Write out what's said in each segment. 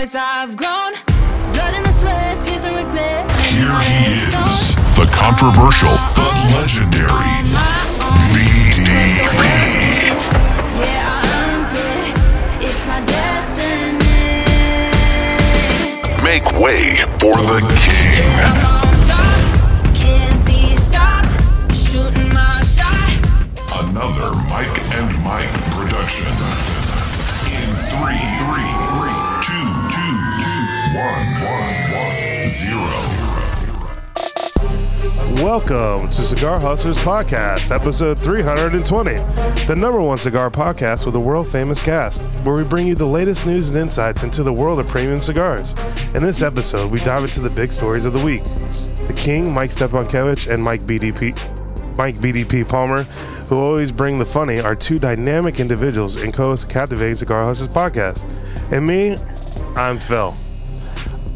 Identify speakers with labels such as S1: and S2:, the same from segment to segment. S1: as I've grown. Blood in the sweat, tears and regret.
S2: Here he is, the controversial, the legendary BDB.
S1: Yeah, I earned it. It's my destiny.
S2: Make way for the king.
S1: On top, can't be stopped. Shooting my shot.
S2: Another Mike and Mike production. In three, three, three, two, two, one, one, one, zero.
S3: Welcome to Cigar Hustlers Podcast, episode 320, the number one cigar podcast with a world famous cast, where we bring you the latest news and insights into the world of premium cigars. In this episode, we dive into the big stories of the week. The King, Mike Stepankevich, and Mike BDP. Mike BDP Palmer, who always bring the funny, are two dynamic individuals and co-host of Captivating Cigar Hustlers podcast. And me, I'm Phil.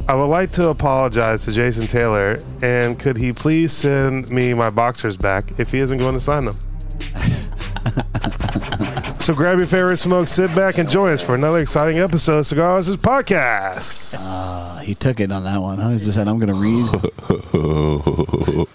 S3: I would like to apologize to Jason Taylor, and could he please send me my boxers back if he isn't going to sign them? so grab your favorite smoke, sit back, and join us for another exciting episode of Cigar Hustlers Podcast.
S4: He took it on that one. Huh? He just said, "I'm going to read."
S3: Oh.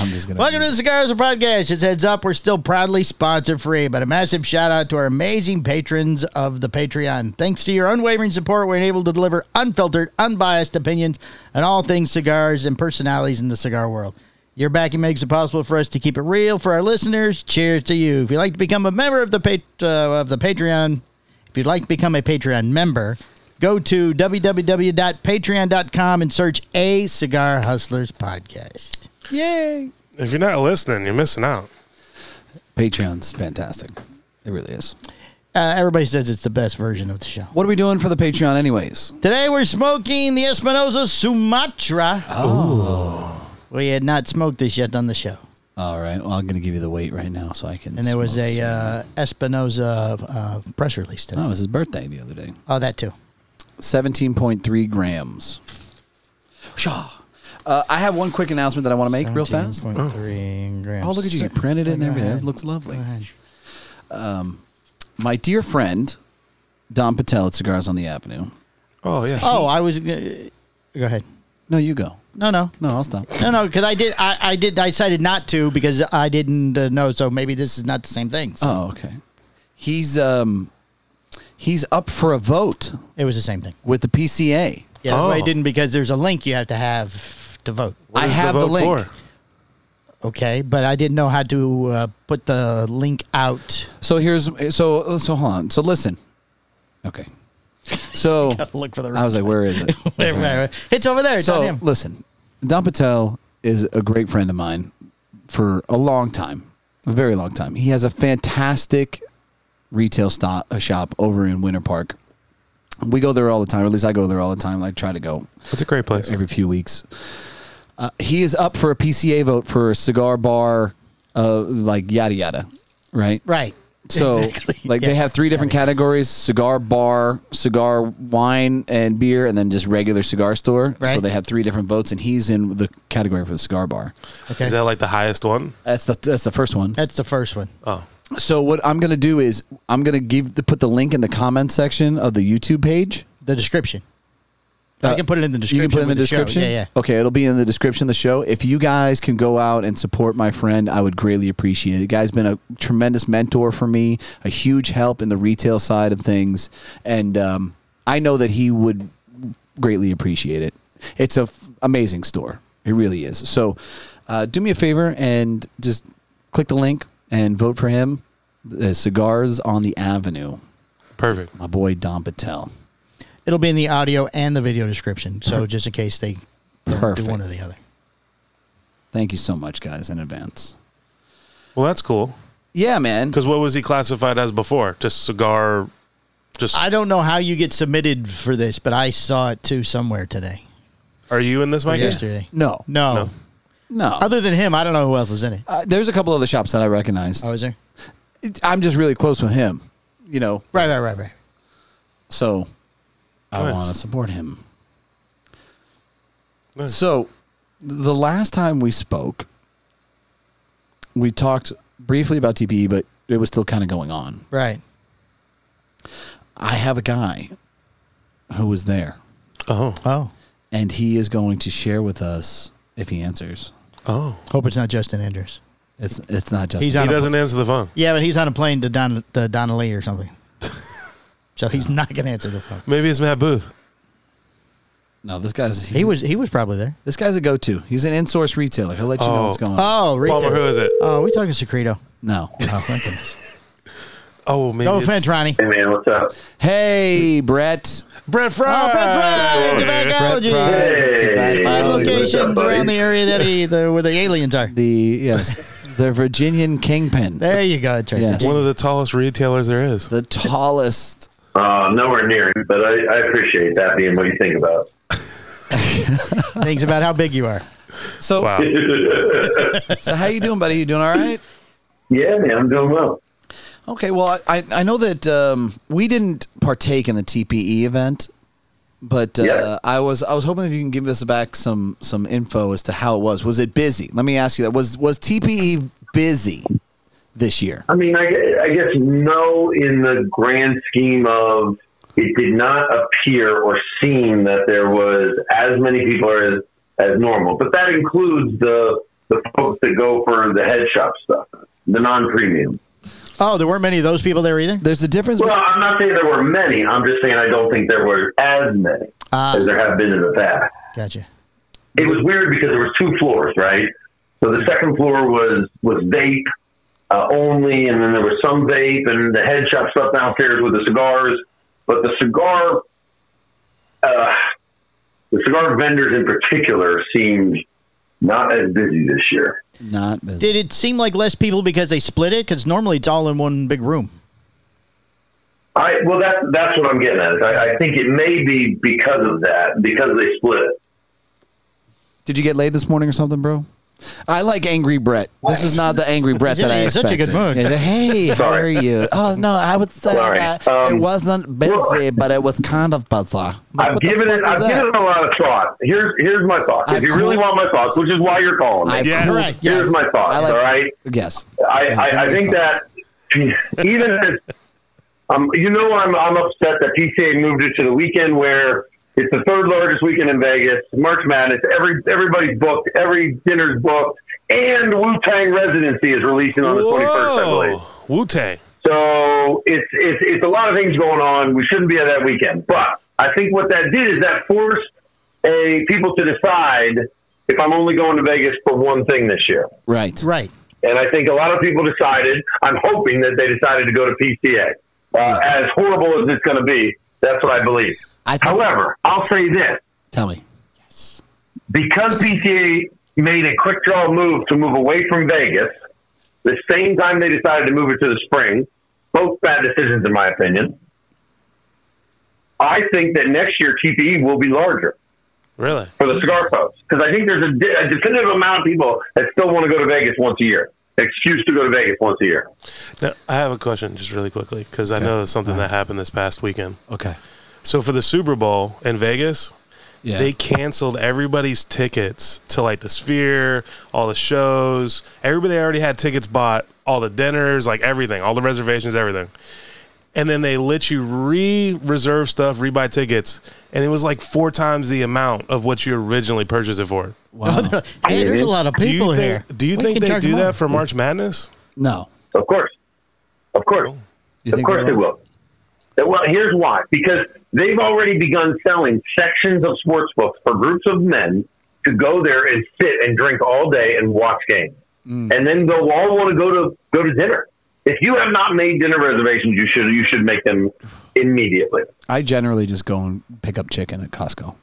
S4: I'm just going
S5: Welcome
S4: to.
S5: to the Cigars and Podcast. It's heads up. We're still proudly sponsor free, but a massive shout out to our amazing patrons of the Patreon. Thanks to your unwavering support, we're enabled to deliver unfiltered, unbiased opinions on all things cigars and personalities in the cigar world. Your backing makes it possible for us to keep it real for our listeners. Cheers to you! If you'd like to become a member of the pat- uh, of the Patreon, if you'd like to become a Patreon member, go to www.patreon.com and search a Cigar Hustlers Podcast.
S4: Yay!
S3: If you're not listening, you're missing out.
S4: Patreon's fantastic. It really is.
S5: Uh, everybody says it's the best version of the show.
S4: What are we doing for the Patreon, anyways?
S5: Today we're smoking the Espinosa Sumatra. Oh. We had not smoked this yet on the show.
S4: All right. Well, I'm going to give you the weight right now, so I can.
S5: And there was
S4: smoke
S5: a
S4: some.
S5: uh, Espinosa uh, press release today.
S4: oh, it
S5: Oh.
S4: was his birthday the other day.
S5: that too.
S4: Seventeen point three grams. Shaw. Uh, I have one quick announcement that I want to make real fast.
S5: 17.3 grams.
S4: Oh, look at you! You printed it and everything. It looks lovely. Um, my dear friend, Don Patel at Cigars on the Avenue.
S3: Oh yeah.
S5: Oh, I was. gonna- Go ahead.
S4: No, you go.
S5: No, no.
S4: No, I'll stop.
S5: No, no, because I did. I, I did. I decided not to because I didn't uh, know. So maybe this is not the same thing. So
S4: Oh, okay. He's um, he's up for a vote
S5: it was the same thing.
S4: with the PCA.
S5: Yeah, that's why I
S3: Oh.
S5: didn't because there's a link you have to have to vote.
S4: I
S3: What is
S4: have the,
S3: vote
S4: link.
S3: for?
S5: Okay, but I didn't know how to uh, put the link out.
S4: So here's so so hold on. So listen. Okay. So
S5: Look for the.
S4: I was like, where is it?
S5: Wait, wait, wait. it's over there. It's on
S4: so
S5: him.
S4: listen, Don Patel is a great friend of mine for a long time, a very long time. He has a fantastic retail stop, a shop over in Winter Park. We go there all the time, or at least I go there all the time. I try to go
S3: It's a great place.
S4: every few weeks. Uh, he is up for a PCA vote for a cigar bar, uh, like yada yada, right?
S5: Right.
S4: So,
S5: Exactly.
S4: like,
S5: Yeah.
S4: they have three different categories: cigar bar, cigar wine and beer, and then just regular cigar store. So
S5: Right.
S4: they have three different votes, and he's in the category for the cigar bar.
S5: Okay.
S3: Is that like the highest one?
S4: That's the that's the first one.
S5: That's the first one.
S3: Oh.
S4: So what I'm gonna do is I'm gonna give the, put the link in the comment section of the YouTube page.
S5: The description.
S4: Uh,
S5: I can put it in the
S4: You
S5: description.
S4: can put it in the
S5: with show.
S4: description.
S5: Yeah, yeah.
S4: Okay, it'll be in the description of the show. If you guys can go out and support my friend, I would greatly appreciate it. The guy's been a tremendous mentor for me, a huge help in the retail side of things, and um, I know that he would greatly appreciate it. It's a f- amazing store. It really is. So, uh, do me a favor and just click the link and vote for him. Uh, Cigars on the Avenue,
S3: Perfect.
S4: my boy Don Patel.
S5: It'll be in the audio and the video description. So just in case they don't do one or
S4: Perfect.
S5: the other.
S4: Thank you so much, guys, in advance.
S3: Well, that's cool.
S4: Yeah, man.
S3: Because what was he classified as before? Just cigar. Just
S5: I don't know how you get submitted for this, but I saw it too somewhere today.
S3: are you in this, Mike?
S5: Yesterday.
S4: No,
S5: No.
S3: No.
S4: no.
S5: Other than him, I don't know who else was in it.
S4: Uh, there's a couple other shops that I recognize.
S5: Oh, is there?
S4: It- I'm just really close with him, you know,
S5: Right, right, right, right.
S4: so I
S3: Nice.
S4: want to support him.
S3: Nice.
S4: So the last time we spoke, we talked briefly about TPE, but it was still kind of going on.
S5: Right.
S4: I have a guy who was there,
S3: Oh,
S5: Oh,
S4: and he is going to share with us if he answers.
S3: oh.
S5: hope it's not Justin Andrews.
S4: It's it's not just
S5: He's
S3: He
S5: on a-
S3: doesn't answer the phone.
S5: yeah, but he's on a plane to Don to Donnelly or something. so he's not going to answer the phone.
S3: Maybe it's Matt Booth.
S4: no. This guy's
S5: He was he was probably there.
S4: this guy's a go-to. He's an in-source retailer. He'll let you know
S3: Oh.
S4: what's going on.
S5: Oh, retail.
S3: Palmer, who is it?
S5: Oh, we talking Secreto.
S4: No.
S5: Oh, thank goodness.
S3: Oh, maybe
S5: No
S3: it's
S5: offense, Ronnie.
S6: Hey man, what's up?
S4: Hey, Brett.
S3: Brett Fry.
S5: Oh, Brett Fry,
S4: Brett
S5: Tobacology.
S4: Fry. It's a bad
S6: Hey.
S5: Five
S4: follow.
S6: Location.
S5: locations
S6: What's up, buddy?
S5: around the area that he, the, where the aliens are.
S4: The yes, the Virginian kingpin,
S5: There you go. That's right.
S4: Yes.
S3: One of the tallest retailers there is.
S4: the tallest.
S6: Uh, nowhere near, but I, I appreciate that being what you think about.
S5: Things about how big you are.
S4: So
S3: Wow.
S4: so how you doing, buddy? You doing all right?
S6: Yeah, man, I'm doing well.
S4: Okay, well, I, I know that um, we didn't partake in the TPE event, but uh,
S6: Yeah.
S4: I was I was hoping if you can give us back some some info as to how it was. Was it busy? Let me ask you that. Was was TPE busy this year?
S6: I mean, I, gue- I guess no, in the grand scheme of it, did not appear or seem that there was as many people as as normal. But that includes the the folks that go for the head shop stuff, the non premium.
S5: Oh, there weren't many of those people there either.
S4: There's a difference.
S6: Well, I'm not saying there were many. I'm just saying I don't think there were as many
S5: Ah.
S6: as there have been in the past.
S5: Gotcha.
S6: it was weird because there was two floors, right? So the second floor was was vape uh, only, and then there was some vape and the head shop stuff downstairs with the cigars. But the cigar, uh, the cigar vendors in particular, seemed not as busy this year.
S4: between- not busy.
S5: Did it seem like less people because they split it? Because normally it's all in one big room.
S6: I well, that's that's what I'm getting at. is I, I think it may be because of that, because they split it.
S4: Did you get laid this morning or something, bro? I like angry Brett. This is not the angry Brett
S5: He's in-
S4: that I
S5: he's such a
S4: expected.
S5: good mood.
S4: He's like, hey, how
S6: Sorry.
S4: are you? Oh no, I would say
S6: Sorry.
S4: that it
S6: Um,
S4: wasn't busy, but it was kind of bizarre. Like,
S6: I've
S4: what the
S6: given
S4: fuck
S6: it.
S4: is
S6: I've
S4: that?
S6: given it a lot of thought. Here's here's my thoughts.
S4: I've
S6: if you really
S4: cool-
S6: want my thoughts, which is why you're calling me.
S4: I've
S3: Yes.
S4: cooled-
S5: Correct, yes.
S6: Here's my thoughts.
S4: I like-
S6: all right.
S4: Yes.
S6: I,
S4: Yeah,
S6: I, I
S4: generally
S6: think
S4: thoughts.
S6: that even if um, you know, I'm I'm upset that PCA moved it to the weekend where it's the third largest weekend in Vegas. March Madness. Every everybody's booked. Every dinner's booked. And Wu Tang Residency is releasing on the 21st, I believe.
S3: Whoa. Wu Tang.
S6: So it's, it's it's a lot of things going on. We shouldn't be at that weekend. But I think what that did is that forced a people to decide if I'm only going to Vegas for one thing this year.
S4: Right.
S5: Right.
S6: And I think a lot of people decided. I'm hoping that they decided to go to PCA. Uh, as horrible as it's going to be, that's what I believe.
S4: I think-
S6: However, I'll say this:
S4: Tell me.
S6: because PCA made a quick draw move to move away from Vegas, the same time they decided to move it to the spring, both bad decisions in my opinion. I think that next year TPE will be larger
S3: Really?
S6: for the cigar folks because I think there's a, de- a definitive amount of people that still want to go to Vegas once a year. Excuse to go to Vegas once a year.
S3: Now, I have a question just really quickly because I know something that happened this past weekend.
S4: Okay.
S3: So for the Super Bowl in Vegas,
S4: Yeah.
S3: they canceled everybody's tickets to like the Sphere, all the shows. Everybody already had tickets bought, all the dinners, like everything, all the reservations, everything. And then they let you re-reserve stuff, rebuy tickets, and it was like four times the amount of what you originally purchased it for.
S4: wow.
S5: Hey, there's a lot of
S3: do you
S5: people
S3: think,
S5: here.
S3: Do you
S5: We
S3: think
S5: can
S3: they
S5: charge
S3: do
S5: them
S3: that
S5: more.
S3: for March Madness?
S4: no.
S6: Of course, of course.
S4: You
S6: Of course
S4: they
S6: they
S4: will?
S6: will. Uh, Well, here's why: because they've already begun selling sections of sports books for groups of men to go there and sit and drink all day and watch games,
S5: Mm.
S6: and then they'll all want to go to go to dinner. If you have not made dinner reservations, you should you should make them immediately.
S4: I generally just go and pick up chicken at Costco,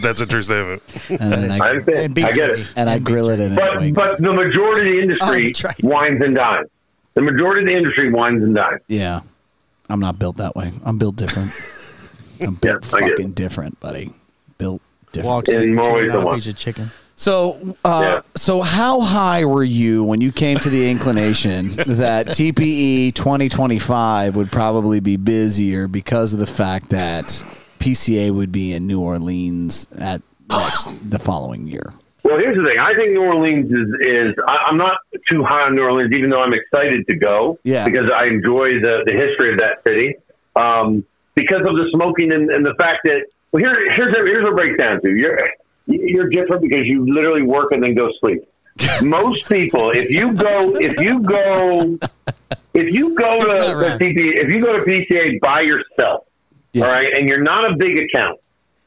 S3: That's a true statement.
S4: and then I,
S6: I understand.
S5: And beef
S6: I get
S5: jerky.
S6: it.
S4: and I grill it in a
S6: But
S4: flame.
S6: but the majority of the
S5: Oh,
S6: industry
S5: that's right.
S6: wines and dines. The majority of the industry wines and dines.
S4: Yeah. I'm not built that way. I'm built different. I'm built
S6: I get it.
S4: fucking different, budly. Built different.
S5: Walked
S6: In
S5: in,
S6: more ways
S5: chewing
S6: than
S5: on a
S6: one.
S5: piece of chicken.
S4: So, uh,
S6: Yeah.
S4: so how high were you when you came to the inclination that TPE 2025 would probably be busier because of the fact that PCA would be in New Orleans at next the following year?
S6: Well, here's the thing. I think New Orleans is is I, I'm not too high on New Orleans, even though I'm excited to go.
S4: Yeah.
S6: Because I enjoy the the history of that city. Um, because of the smoking and, and the fact that well, here, here's a, here's what it breaks down to. You're you're different because you literally work and then go sleep. Most people, if you go, if you go, if you go to
S5: He's not
S6: the
S5: wrong.
S6: PCA, if you go to PCA by yourself, all right, and you're not a big account,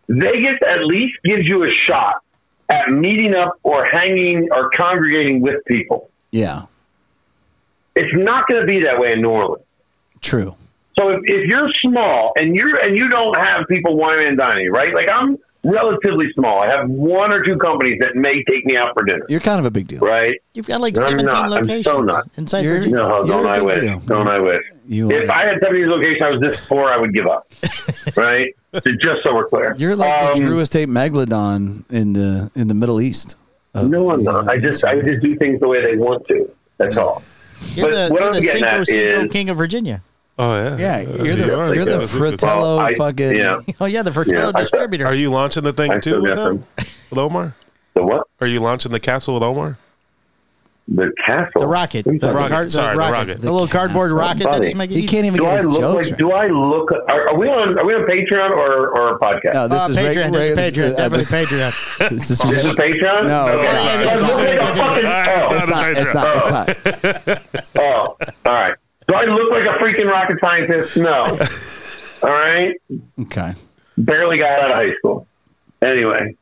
S6: Vegas at least gives you a shot at meeting up or hanging or congregating with people.
S4: Yeah.
S6: It's not going to be that way in New Orleans.
S4: True.
S6: So if, if you're small and you're and you don't have people whining and dining, right? Like I'm relatively small. I have one or two companies that may take me out for dinner,
S4: You're kind of a big deal.
S6: right?
S5: You've got like
S6: No, I'm
S5: 17
S6: not. I'm
S5: locations
S6: so not.
S5: inside
S4: You're-
S5: Virginia.
S6: No,
S4: You're
S6: don't
S4: a
S6: I
S4: big
S6: wish?
S4: deal.
S6: Don't I wish?
S4: You
S6: if
S4: are.
S6: I had seventy locations, I was this poor, I would give up, right? So Just so we're clear,
S4: You're like the
S6: Um,
S4: Drew Estate Megalodon in the in the Middle East. of-
S6: Um, No, I'm not.
S4: yeah,
S6: I just I just do things the way they want to. That's all.
S5: You're
S6: But
S5: the,
S6: what
S5: you're
S6: I'm
S5: the
S6: getting
S5: Cinco
S6: at
S5: Cinco
S6: is-
S5: King of Virginia.
S3: Oh yeah,
S4: Yeah,
S3: Uh,
S4: you're the
S3: you are
S4: you're the
S3: good.
S4: Fratello
S6: Well, I-
S4: fucking.
S6: yeah.
S5: Oh, yeah, the
S6: Yeah,
S5: Fertillo
S6: I-
S5: distributor.
S3: Are you launching the thing
S6: I
S3: too
S6: still
S3: with
S6: got
S3: them,
S6: them.
S3: with Omar?
S6: The what?
S3: Are you launching the capsule with Omar?
S6: The castle.
S5: the rocket.
S6: What are you talking
S3: rocket.
S6: about?
S5: car- the
S3: Sorry, the
S5: rocket.
S3: rocket.
S5: The little cardboard
S4: That's so
S5: rocket that
S6: funny.
S5: he's making.
S4: He can't even
S6: Do
S4: get
S6: I
S4: his
S6: look
S4: jokes.
S6: like?
S4: right.
S6: Do I look? Are, are we on? Are we on Patreon or or a podcast?
S4: No, Oh, this
S5: Uh,
S4: is
S5: Patreon,
S4: regu-
S5: there's a
S4: regu- this
S5: Patreon,
S4: is- uh, this-
S5: definitely Patreon.
S4: This is
S6: Is it Patreon?
S4: No,
S3: No,
S4: it's
S3: it's not.
S4: not.
S6: I
S4: It's
S6: look
S4: not.
S6: like a fucking-
S3: Alright,
S4: It's not. It's
S6: oh,
S4: not. It's not.
S6: Oh, all right. Do I look like a freaking rocket scientist? No. All right.
S4: Okay.
S6: Barely got out of high school. Anyway.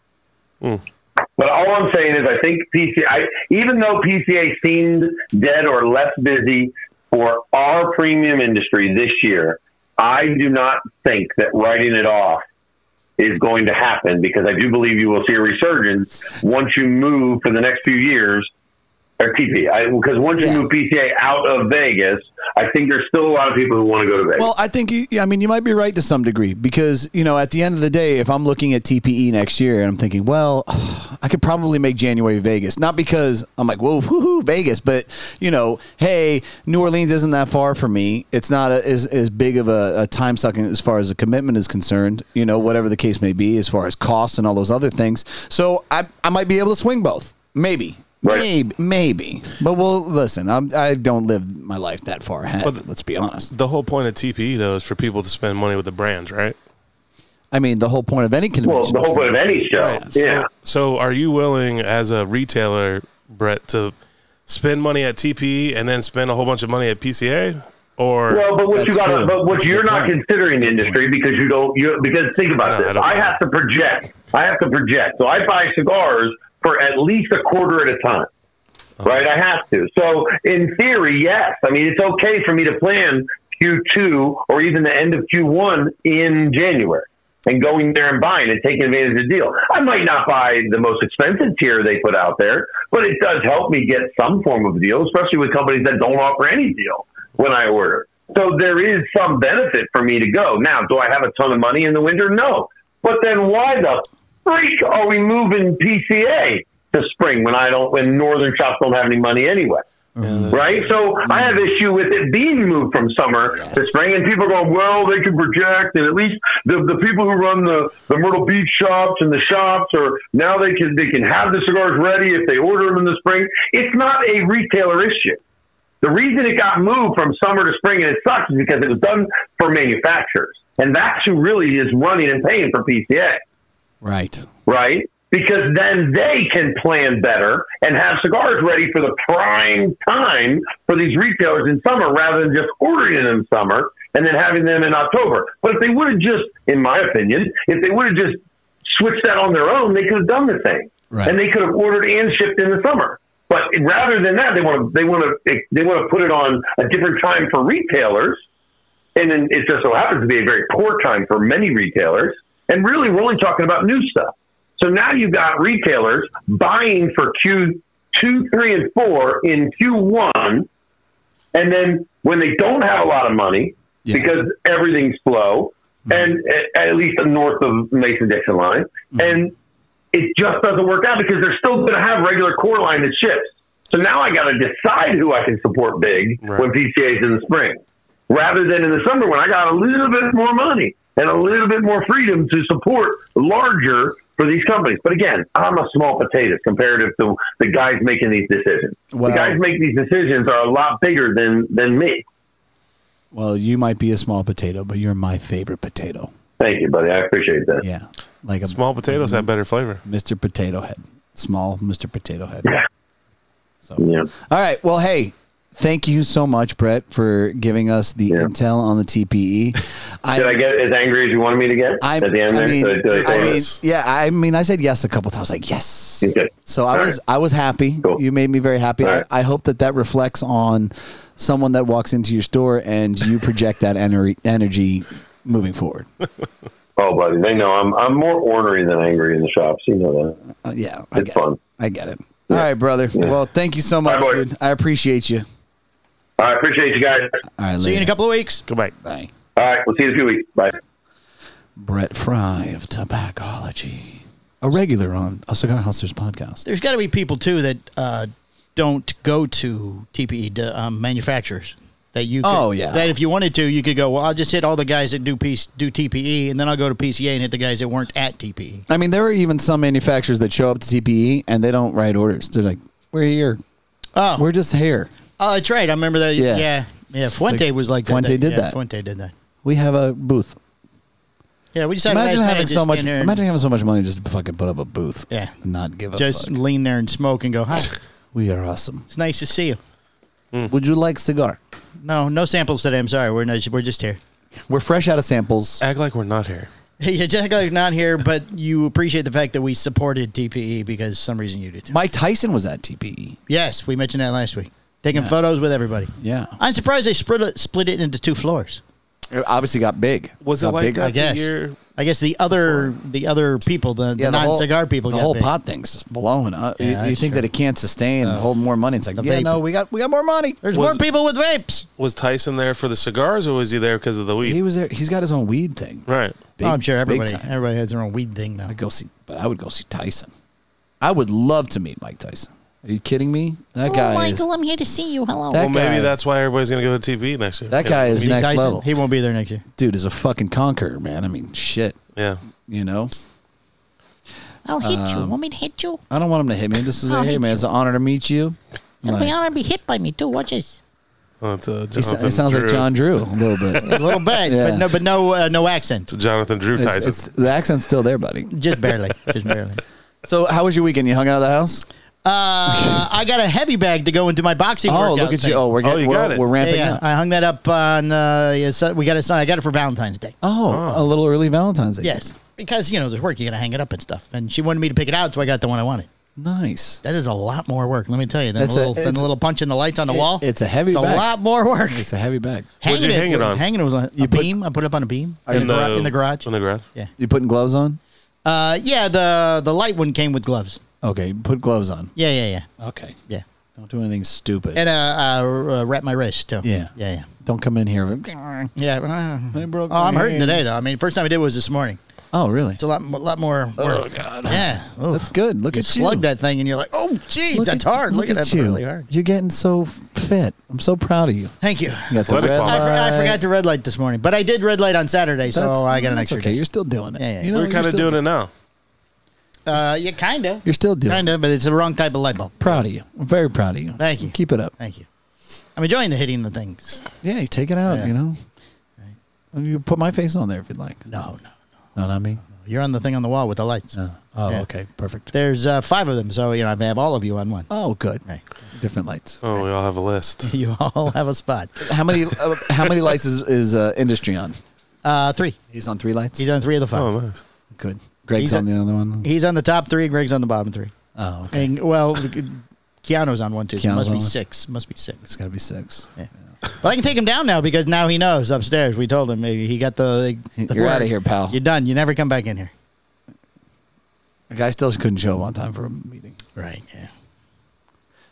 S6: But all I'm saying is, I think PCA, I, even though PCA seemed dead or less busy for our premium industry this year, I do not think that writing it off is going to happen because I do believe you will see a resurgence once you move for the next few years. Or TP, I- because once you move PCA out of Vegas, I think there's still a lot of people who want to go to Vegas.
S4: Well, I think you. I mean, you might be right to some degree because you know, at the end of the day, if I'm looking at TPE next year and I'm thinking, well, I could probably make January Vegas, not because I'm like, whoa, woohoo, Vegas, but you know, hey, New Orleans isn't that far for me. It's not a, as as big of a, a time sucking as far as a commitment is concerned. You know, whatever the case may be, as far as costs and all those other things. So I I might be able to swing both, maybe.
S6: Right.
S4: Maybe, maybe, but well, listen. I'm, I don't live my life that far ahead. let's be honest.
S3: The whole point of TPE though is for people to spend money with the brands, right?
S4: I mean, the whole point of any convention.
S6: well the
S4: is
S6: whole
S4: for
S6: point of
S4: this.
S6: any show.
S3: So,
S6: yeah.
S3: so are you willing as a retailer, Brett, to spend money at TPE and then spend a whole bunch of money at PCA? Or
S6: Well, but what you
S4: That's
S6: got,
S4: true.
S6: to but what
S4: That's a
S6: you're
S4: good
S6: not
S4: point.
S6: considering industry because you don't, you because think about
S3: I don't- I
S6: this.
S3: don't
S6: I,
S3: know.
S6: have to project. I have to project. So I buy cigars for at least a quarter at a time. Right, I have to. So in theory, yes. I mean, it's okay for me to plan Q2 or even the end of Q1 in January and going there and buying and taking advantage of the deal. I might not buy the most expensive tier they put out there, but it does help me get some form of deal, especially with companies that don't offer any deal when I order. So there is some benefit for me to go. Now, do I have a ton of money in the winter? No. But then why the freak are we moving PCA to spring when I don't when northern shops don't have any money anyway? Right, so I have issue with it being moved from summer to spring, and people go, well, they can project, and at least the, the people who run the, the Myrtle Beach shops and the shops, or now they can they can have the cigars ready if they order them in the spring. It's not a retailer issue. The reason it got moved from summer to spring and it sucks is because it was done for manufacturers. And that's who really is running and paying for PCA,
S4: Right.
S6: right? Because then they can plan better and have cigars ready for the prime time for these retailers in summer rather than just ordering them in summer and then having them in October. But if they would have just, in my opinion, if they would have just switched that on their own, they could have done the thing.
S4: Right.
S6: And they could have ordered and shipped in the summer. But rather than that, they want to they want to they want to put it on a different time for retailers, and then it just so happens to be a very poor time for many retailers. And really, we're only talking about new stuff. So now you've got retailers buying for Q two, three, and four in Q one, and then when they don't have a lot of money because everything's slow, and at, at least north of Mason Dixon line, and it just doesn't work out because they're still going to have regular core line that ships. So now I got to decide who I can support big
S3: Right.
S6: when PCA's in the spring, rather than in the summer when I got a little bit more money and a little bit more freedom to support larger for these companies. But again, I'm a small potato comparative to the guys making these decisions.
S4: Well-
S6: the guys make these decisions are a lot bigger than than me.
S4: Well, you might be a small potato, but you're my favorite potato.
S6: Thank you, buddy. I appreciate that.
S4: Yeah, like a
S3: Small potatoes have better flavor.
S4: Mr. Potato Head, small Mr. Potato Head.
S6: Yeah.
S4: All right. Well, hey, thank you so much, Brett, for giving us the intel on the E. TPE. I,
S6: Did I get as angry as you wanted me to get
S4: I,
S6: at the end
S4: I
S6: there?
S4: mean,
S6: Did- did
S4: I
S6: say
S4: mean,
S6: yes?
S4: yeah, I mean, I said yes a couple times. Like yes.
S6: Okay.
S4: So I
S6: All
S4: was,
S6: right.
S4: I was happy.
S6: Cool.
S4: You made me very happy.
S6: All right.
S4: I, I hope that that reflects on someone that walks into your store and you project that ener- energy moving forward. Uh,
S6: Oh, buddy, they know I'm I'm more ornery than angry in the shops. You know that.
S4: Uh, yeah, I
S6: It's
S4: get
S6: fun.
S4: it. I get it. All right, brother. Well, thank you so
S6: Bye,
S4: much,
S6: boy.
S4: dude. I appreciate you.
S6: All right, appreciate you guys.
S4: All right,
S5: See you in a
S4: later.
S5: couple of weeks.
S3: Goodbye.
S4: Bye.
S6: All right, we'll see you in a few weeks. Bye.
S4: Brett Fry of Tobacology, a regular on a Cigar Hustlers podcast.
S5: There's got to be people too that uh, don't go to TPE d- um, manufacturers that you. Could,
S4: Oh, yeah.
S5: That if you wanted to, you could go. Well, I'll just hit all the guys that do piece do TPE, and then I'll go to PCA and hit the guys that weren't at E." TPE.
S4: I mean, there are even some manufacturers that show up to TPE and they don't write orders. They're like, "We're here.
S5: Oh,
S4: We're just here.
S5: oh, that's right. I remember that.
S4: Yeah.
S5: Yeah, yeah. Fuente was like that.
S4: Fuente
S5: that.
S4: did
S5: yeah,
S4: that.
S5: Fuente did that.
S4: We have a booth."
S5: Yeah, we decided
S4: Imagine
S5: last night
S4: having
S5: just
S4: so much.
S5: stand there and
S4: Imagine having so much money just to fucking put up a booth.
S5: Yeah.
S4: and not give a
S5: just
S4: fuck.
S5: lean there and smoke and go. Hi,
S4: We are awesome.
S5: it's nice to see you. Mm.
S4: Would you like cigar?
S5: No, no samples today. I'm sorry. We're not, we're just here.
S4: We're fresh out of samples.
S3: Act like we're not here.
S5: Yeah, Jack Lake not here, but you appreciate the fact that we supported TPE because some reason you did. Too.
S4: Mike Tyson was at E. TPE.
S5: Yes, we mentioned that last week. Taking photos with everybody.
S4: Yeah,
S5: I'm surprised they split it, split it into two floors.
S4: it obviously got big.
S3: Was it
S4: Got
S3: like
S4: bigger.
S3: that
S5: I guess.
S3: the year?
S5: I guess the other the other people, the,
S4: Yeah, the whole-
S5: non-cigar people,
S4: The
S5: got
S4: whole
S5: big.
S4: pot thing's just blowing up. You-
S5: Yeah,
S4: you
S5: that's
S4: think
S5: true. Oh.
S4: that it can't sustain and hold more money? It's like, yeah,
S5: vape.
S4: no, we got we got more money.
S5: There's
S3: was-
S5: more people with vapes.
S3: Was Tyson there for the cigars or was he there because of the weed?
S4: He was there. He's got his own weed thing.
S3: right.
S4: Big-
S5: oh, I'm sure
S4: big
S5: everybody
S4: time.
S5: everybody has their own weed thing now.
S4: I go see, but I would go see Tyson. I would love to meet Mike Tyson. Are you kidding me?
S5: Oh,
S4: That guy is.
S5: I'm here to see you. Hello.
S4: That
S3: Well, maybe
S4: guy-
S3: that's why everybody's going to go to TB next year.
S4: That
S3: Yeah.
S4: guy is next level.
S5: He won't be there next year.
S4: Dude is a fucking conqueror, man. I mean, shit.
S3: Yeah.
S4: You know,
S7: I'll hit
S5: um,
S7: you. Want me to hit you?
S4: I don't want him to hit me. This is
S5: Oh,
S7: I'll
S4: a hey
S7: hit
S4: man. It's an honor to meet you.
S7: It'll be
S4: Like-
S7: honor to be hit by me too. Watch this.
S3: Well, it's, uh,
S4: He, so-
S3: Jonathan
S4: he sounds
S3: Drew.
S4: like John Drew a little bit.
S5: A little bit,
S4: Yeah.
S5: but no, but no, uh, no accent.
S3: Jonathan Drew
S4: It's-
S3: Tyson.
S4: it's- the accent's still there, buddy.
S5: Just barely. Just barely.
S4: So, how was your weekend? You hung out of the house?
S5: Uh, I got a heavy bag to go into my boxing.
S4: Oh,
S5: workout
S4: look at
S5: thing.
S4: you! Oh, we're
S3: Oh,
S4: getting,
S3: you got
S4: we're,
S3: it.
S4: we're ramping
S5: yeah, yeah.
S4: up.
S5: I hung that up on. Uh, yeah, so we got it. I got it for Valentine's Day.
S4: Oh, a little early Valentine's Day.
S5: Yes, because you know there's work. You got to hang it up and stuff. And she wanted me to pick it out, so I got the one I wanted.
S4: Nice.
S5: That is a lot more work. Let me tell you. Than a
S4: That's a-
S5: little, than
S4: it's-
S5: a little punch in the lights on the
S4: it-
S5: wall.
S4: it's a heavy
S5: It's
S4: bag.
S5: a lot more work.
S4: It's a heavy bag.
S5: Hanging
S3: you hang it on?
S5: Hanging it was on a
S4: put-
S5: beam. I put it up on a beam in, the, gar- in the garage.
S3: In the garage.
S5: yeah.
S4: You putting gloves on?
S5: Uh, yeah. The the light one came with gloves.
S4: Okay, put gloves on.
S5: Yeah, yeah, yeah,
S4: Okay.
S5: yeah.
S4: Don't do anything stupid.
S5: And uh, uh, uh, wrap my wrist too.
S4: Yeah.
S5: yeah, yeah.
S4: Don't come in here.
S5: Yeah.
S4: I broke
S5: oh, I'm
S4: my
S5: hurting today
S4: hands.
S5: though. I mean, first time I did was this morning.
S4: Oh, really?
S5: It's a lot, mo- lot more. Work.
S4: Oh, God.
S5: Yeah. Ugh.
S4: That's good. Look
S5: you
S4: at
S5: slug
S4: you.
S5: that thing and you're like, oh, jeez, that's hard. Look, at that.
S4: you.
S5: Really hard.
S4: You're getting so fit. I'm so proud of you.
S5: Thank you.
S4: You got the
S3: Athletic
S4: red
S3: follow.
S5: I, for, I
S4: light.
S5: forgot to red light this morning, but I did red light on Saturday, so
S4: That's-
S5: I got an
S4: that's
S5: extra
S4: Okay,
S5: day.
S4: you're still doing it.
S5: Yeah, yeah.
S4: You know,
S3: We're
S4: you're
S3: kind of
S4: still-
S3: doing it now.
S5: Uh, yeah, kind of.
S4: You're still doing.
S5: Kind
S4: it.
S5: of, but it's the wrong type of light bulb.
S4: Proud of you. I'm very proud of you.
S5: Thank you.
S4: Keep it up.
S5: Thank you. I'm enjoying the hitting the things.
S4: Yeah, you take it out.
S5: Yeah.
S4: You know. You can put my face on there if you'd like.
S5: No, no.
S4: Not on me.
S5: You're on the thing on the wall with the lights.
S4: No. Oh,
S5: Yeah.
S4: okay. Perfect.
S5: There's uh, five of them, so you know I have all of you on one.
S4: Oh, good.
S5: Right.
S4: Different lights.
S3: Oh, we all have a list.
S5: You all have a spot.
S4: How many? Uh, how many lights is, is uh, industry on?
S5: Uh, three.
S4: He's on three lights.
S5: He's on three of the five.
S3: Oh, nice.
S4: good. Greg's
S5: he's
S4: on
S5: a-
S4: the other one.
S5: He's on the top three. Greg's on the bottom three.
S4: Oh, okay.
S5: And, well, Keanu's on one too. so
S4: Keanu's
S5: must
S4: on
S5: be
S4: one.
S5: six. Must be six.
S4: It's got to be six.
S5: Yeah. But I can take him down now because now he knows upstairs. We told him maybe he got the. the
S4: You're
S5: word.
S4: outta here, pal.
S5: You're done. You never come back in here.
S4: The guy still couldn't show up on time for a meeting.
S5: Right. Yeah.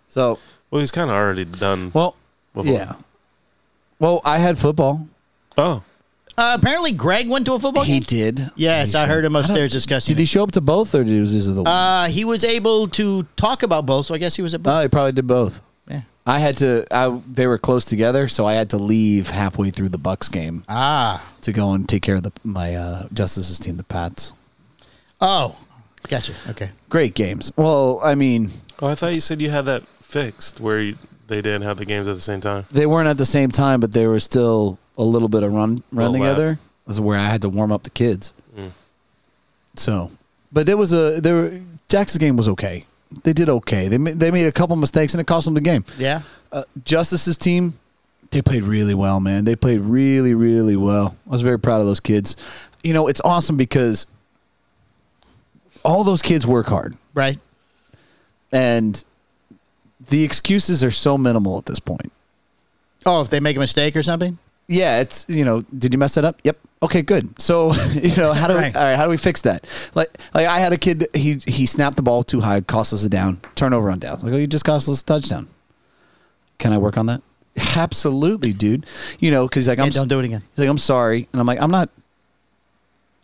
S4: So,
S3: Well, he's kind of already done.
S4: well,
S3: Before.
S4: yeah. Well, I had football.
S3: oh,
S5: Uh, apparently, Greg went to a football
S4: He
S5: game.
S4: did.
S5: Yes,
S4: He
S5: I heard
S4: showed-
S5: him
S4: don't-
S5: upstairs discussing.
S4: Did he
S5: it.
S4: show up to both or did was this the one?
S5: uh, he was able to talk about both, so I guess he was at both.
S4: oh, he probably did both.
S5: yeah.
S4: I had to. I they were close together, so I had to leave halfway through the Bucks game
S5: Ah.
S4: to go and take care of the my uh, Justice's team, the Pats.
S5: Oh. Gotcha. Okay.
S4: Great games. Well, I mean,
S3: oh, I thought you said you had that fixed where you, They didn't have the games at the same time.
S4: They weren't at the same time, but they were still a little bit of run run
S3: Overlap.
S4: together. This is where I had to warm up the kids. So, but it was a there. were- Jackson's game was okay. They did okay. They ma- they made a couple mistakes and it cost them the game.
S5: Yeah.
S4: Uh, Justice's team, they played really well, man. They played really, really well. I was very proud of those kids. You know, it's awesome because all those kids work hard,
S5: Right.
S4: and the excuses are so minimal at this point.
S5: Oh, if they make a mistake or something?
S4: yeah, it's you know, did you mess that up? Yep. Okay, good. So you know, how do
S5: Right.
S4: we, all right? How do we fix that? Like, like I had a kid. He he snapped the ball too high, cost us a down, turnover on downs. Like, oh, you just cost us a touchdown. Can I work on that? Absolutely, dude. You know, because like I'm
S5: Yeah, don't do it again.
S4: He's like, I'm sorry, and I'm like, I'm not.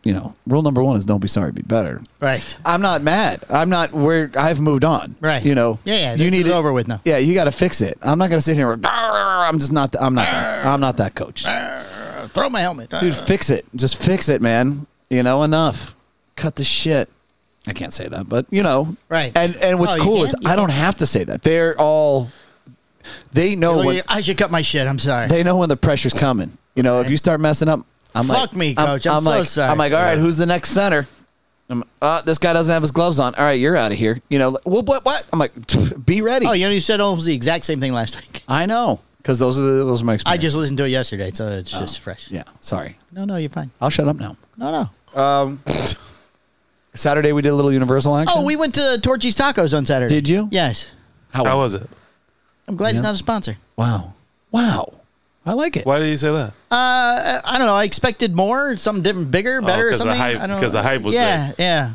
S4: You know, rule number one is don't be sorry, be better.
S5: Right.
S4: I'm not mad. I'm not where I've moved on.
S5: Right.
S4: You know.
S5: Yeah, yeah,
S4: You
S5: this
S4: need
S5: is
S4: it
S5: over with now.
S4: Yeah, you got to fix it. I'm not gonna sit here. and, I'm just not. I'm not. That, I'm not that coach.
S5: Throw my helmet. Uh,
S4: Dude, fix it. Just fix it, man. You know, enough. Cut the shit. I can't say that, but you know,
S5: Right.
S4: And and what's
S5: Oh, you
S4: cool
S5: can,
S4: is
S5: you
S4: I don't have to say that. They're all. They know
S5: Oh,
S4: when
S5: yeah, I should cut my shit. I'm sorry.
S4: they know when the pressure's coming. You know, if you start messing up, I'm like,
S5: Fuck me, coach. I'm so
S4: like,
S5: sorry.
S4: I'm like, all right, who's the next center? I'm, uh, this guy doesn't have his gloves on. All right, you're out of here. You know, like, what, what, what? I'm like, be ready.
S5: oh, you know, you said almost the exact same thing last week.
S4: I know, because those are the, those are my
S5: I
S4: experiences.
S5: just listened to it yesterday, so it's just fresh.
S4: yeah. Sorry,
S5: No, no, you're fine.
S4: I'll shut up now.
S5: No, no.
S4: Saturday we did a little Universal action.
S5: Oh, we went to Torchy's Tacos on Saturday.
S4: Did you?
S5: Yes.
S4: How,
S3: How was it?
S5: I'm glad he's
S4: Yeah.
S5: not a sponsor.
S4: Wow, wow, I like it.
S3: Why did you say that?
S5: Uh, I don't know. I expected more, something different, bigger, better, or
S3: Oh, 'cause the
S5: something.
S3: hype-
S5: I don't
S3: 'cause the hype was
S5: Yeah, yeah.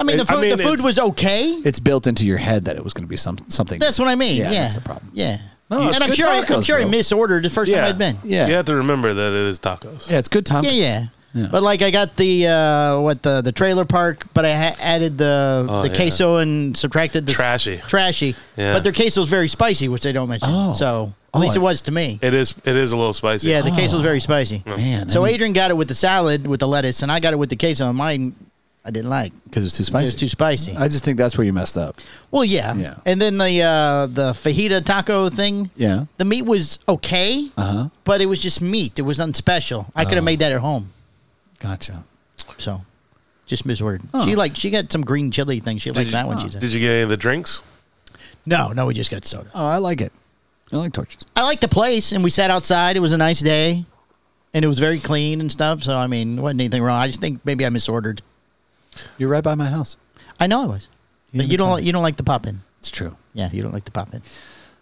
S5: I mean, the
S3: It- I
S5: food,
S3: mean,
S5: the food
S3: it's-
S5: was okay.
S4: It's built into your head that it was going to be some something.
S5: That's what I mean.
S4: Yeah,
S5: Yeah,
S4: that's the problem.
S5: Yeah.
S4: No, it's
S5: and I'm
S4: good
S5: sure, I, am
S4: tacos,
S5: sure I
S4: though.
S5: misordered the first
S3: Yeah.
S5: time I'd been.
S4: yeah,
S3: You
S4: yeah,
S3: have to remember that it is tacos.
S4: It's good time.
S5: Yeah, yeah. But like I got the uh, what the the trailer park, but I ha- added the
S3: Oh,
S5: the
S3: yeah.
S5: queso and subtracted the s-
S3: Trashy.
S5: trashy.
S3: Yeah.
S5: But their queso is very spicy, which they don't mention.
S4: Oh.
S5: So at
S4: Oh,
S5: least it
S4: I- Oh.
S5: was to me.
S3: It is. It is a little spicy.
S5: yeah, the queso is very spicy.
S4: Man,
S5: So
S4: I need-
S5: Adrian got it with the salad with the lettuce, and I got it with the queso. And mine, I didn't like.
S4: because it's too
S5: It
S4: spicy.
S5: was too spicy.
S4: I just think that's where you messed up.
S5: well, yeah.
S4: Yeah.
S5: And then the uh, the fajita taco thing.
S4: Yeah.
S5: The meat was okay,
S4: Uh-huh.
S5: but it was just meat. It was nothing special. I could have made that at home.
S4: Gotcha.
S5: So, just misordered. She like she got some green chili thing. She liked that one. She said.
S3: Did you get any of the drinks?
S5: No, no, we just got soda.
S4: Oh, I like it. I like torches.
S5: I like the place, and we sat outside. It was a nice day, and it was very clean and stuff. So I mean, there wasn't anything wrong. I just think maybe I misordered.
S4: You're right by my house.
S5: I know I was.
S4: You
S5: but
S4: didn't
S5: you don't
S4: tell
S5: like- you don't like the pop in.
S4: It's true.
S5: Yeah, you don't like the pop in.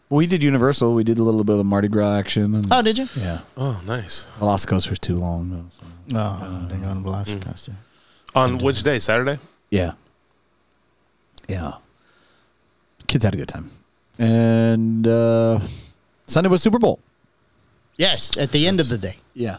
S4: We did Universal. We did a little bit of the Mardi Gras action. And,
S5: Oh, did you?
S4: yeah.
S3: Oh, nice.
S4: Velocicoaster was too long. though, so-
S5: Oh, dang on Velocicoaster.
S3: On which day? Saturday.
S4: Yeah. Yeah. Kids had a good time. And uh, Sunday was Super Bowl.
S5: Yes, at the end of the day,
S4: Yeah.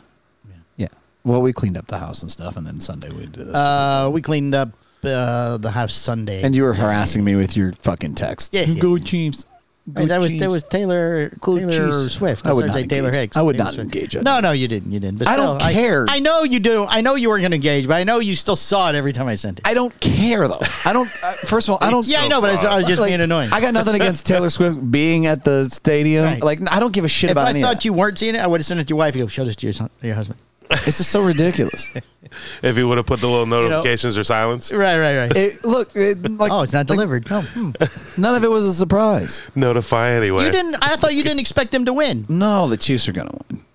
S4: Yeah. Well, we cleaned up the house and stuff, and then Sunday we did this.
S5: uh, we cleaned up uh, the house Sunday.
S4: and you were harassing me with your fucking text.
S5: Yes, yes,
S4: Go
S5: yes.
S4: Chiefs.
S5: Hey,
S4: Go
S5: that was
S4: Chiefs.
S5: that was Taylor
S4: Go
S5: Taylor
S4: Chiefs.
S5: Swift.
S4: I
S5: I
S4: would
S5: would
S4: not
S5: say Taylor
S4: engage.
S5: Hicks.
S4: I would
S5: Taylor
S4: not
S5: Swift.
S4: engage on
S5: No,
S4: that.
S5: no, you didn't. You didn't. But
S4: I
S5: still,
S4: don't care.
S5: I know you do. I know you weren't going to engage, but I know you still saw it every time I sent it.
S4: I don't care though. I don't. Uh, first of all, I don't.
S5: yeah, I know, but I was, I was just
S4: Like,
S5: being annoying.
S4: I got nothing against Taylor Swift being at the stadium.
S5: Right.
S4: Like I don't give a shit
S5: if
S4: about
S5: I
S4: any
S5: thought
S4: of that.
S5: you weren't seeing it, I would have sent it to your wife. You go show this to your son, your husband.
S4: it's just so ridiculous.
S3: If you would have put the little notifications or silence
S5: Right, right, right.
S4: It, look, it, like
S5: oh, it's
S4: like,
S5: not delivered. No, hmm.
S4: none of it was a surprise.
S3: notify anyway.
S5: you didn't. I thought you didn't expect them to win.
S4: No, the Chiefs are gonna win.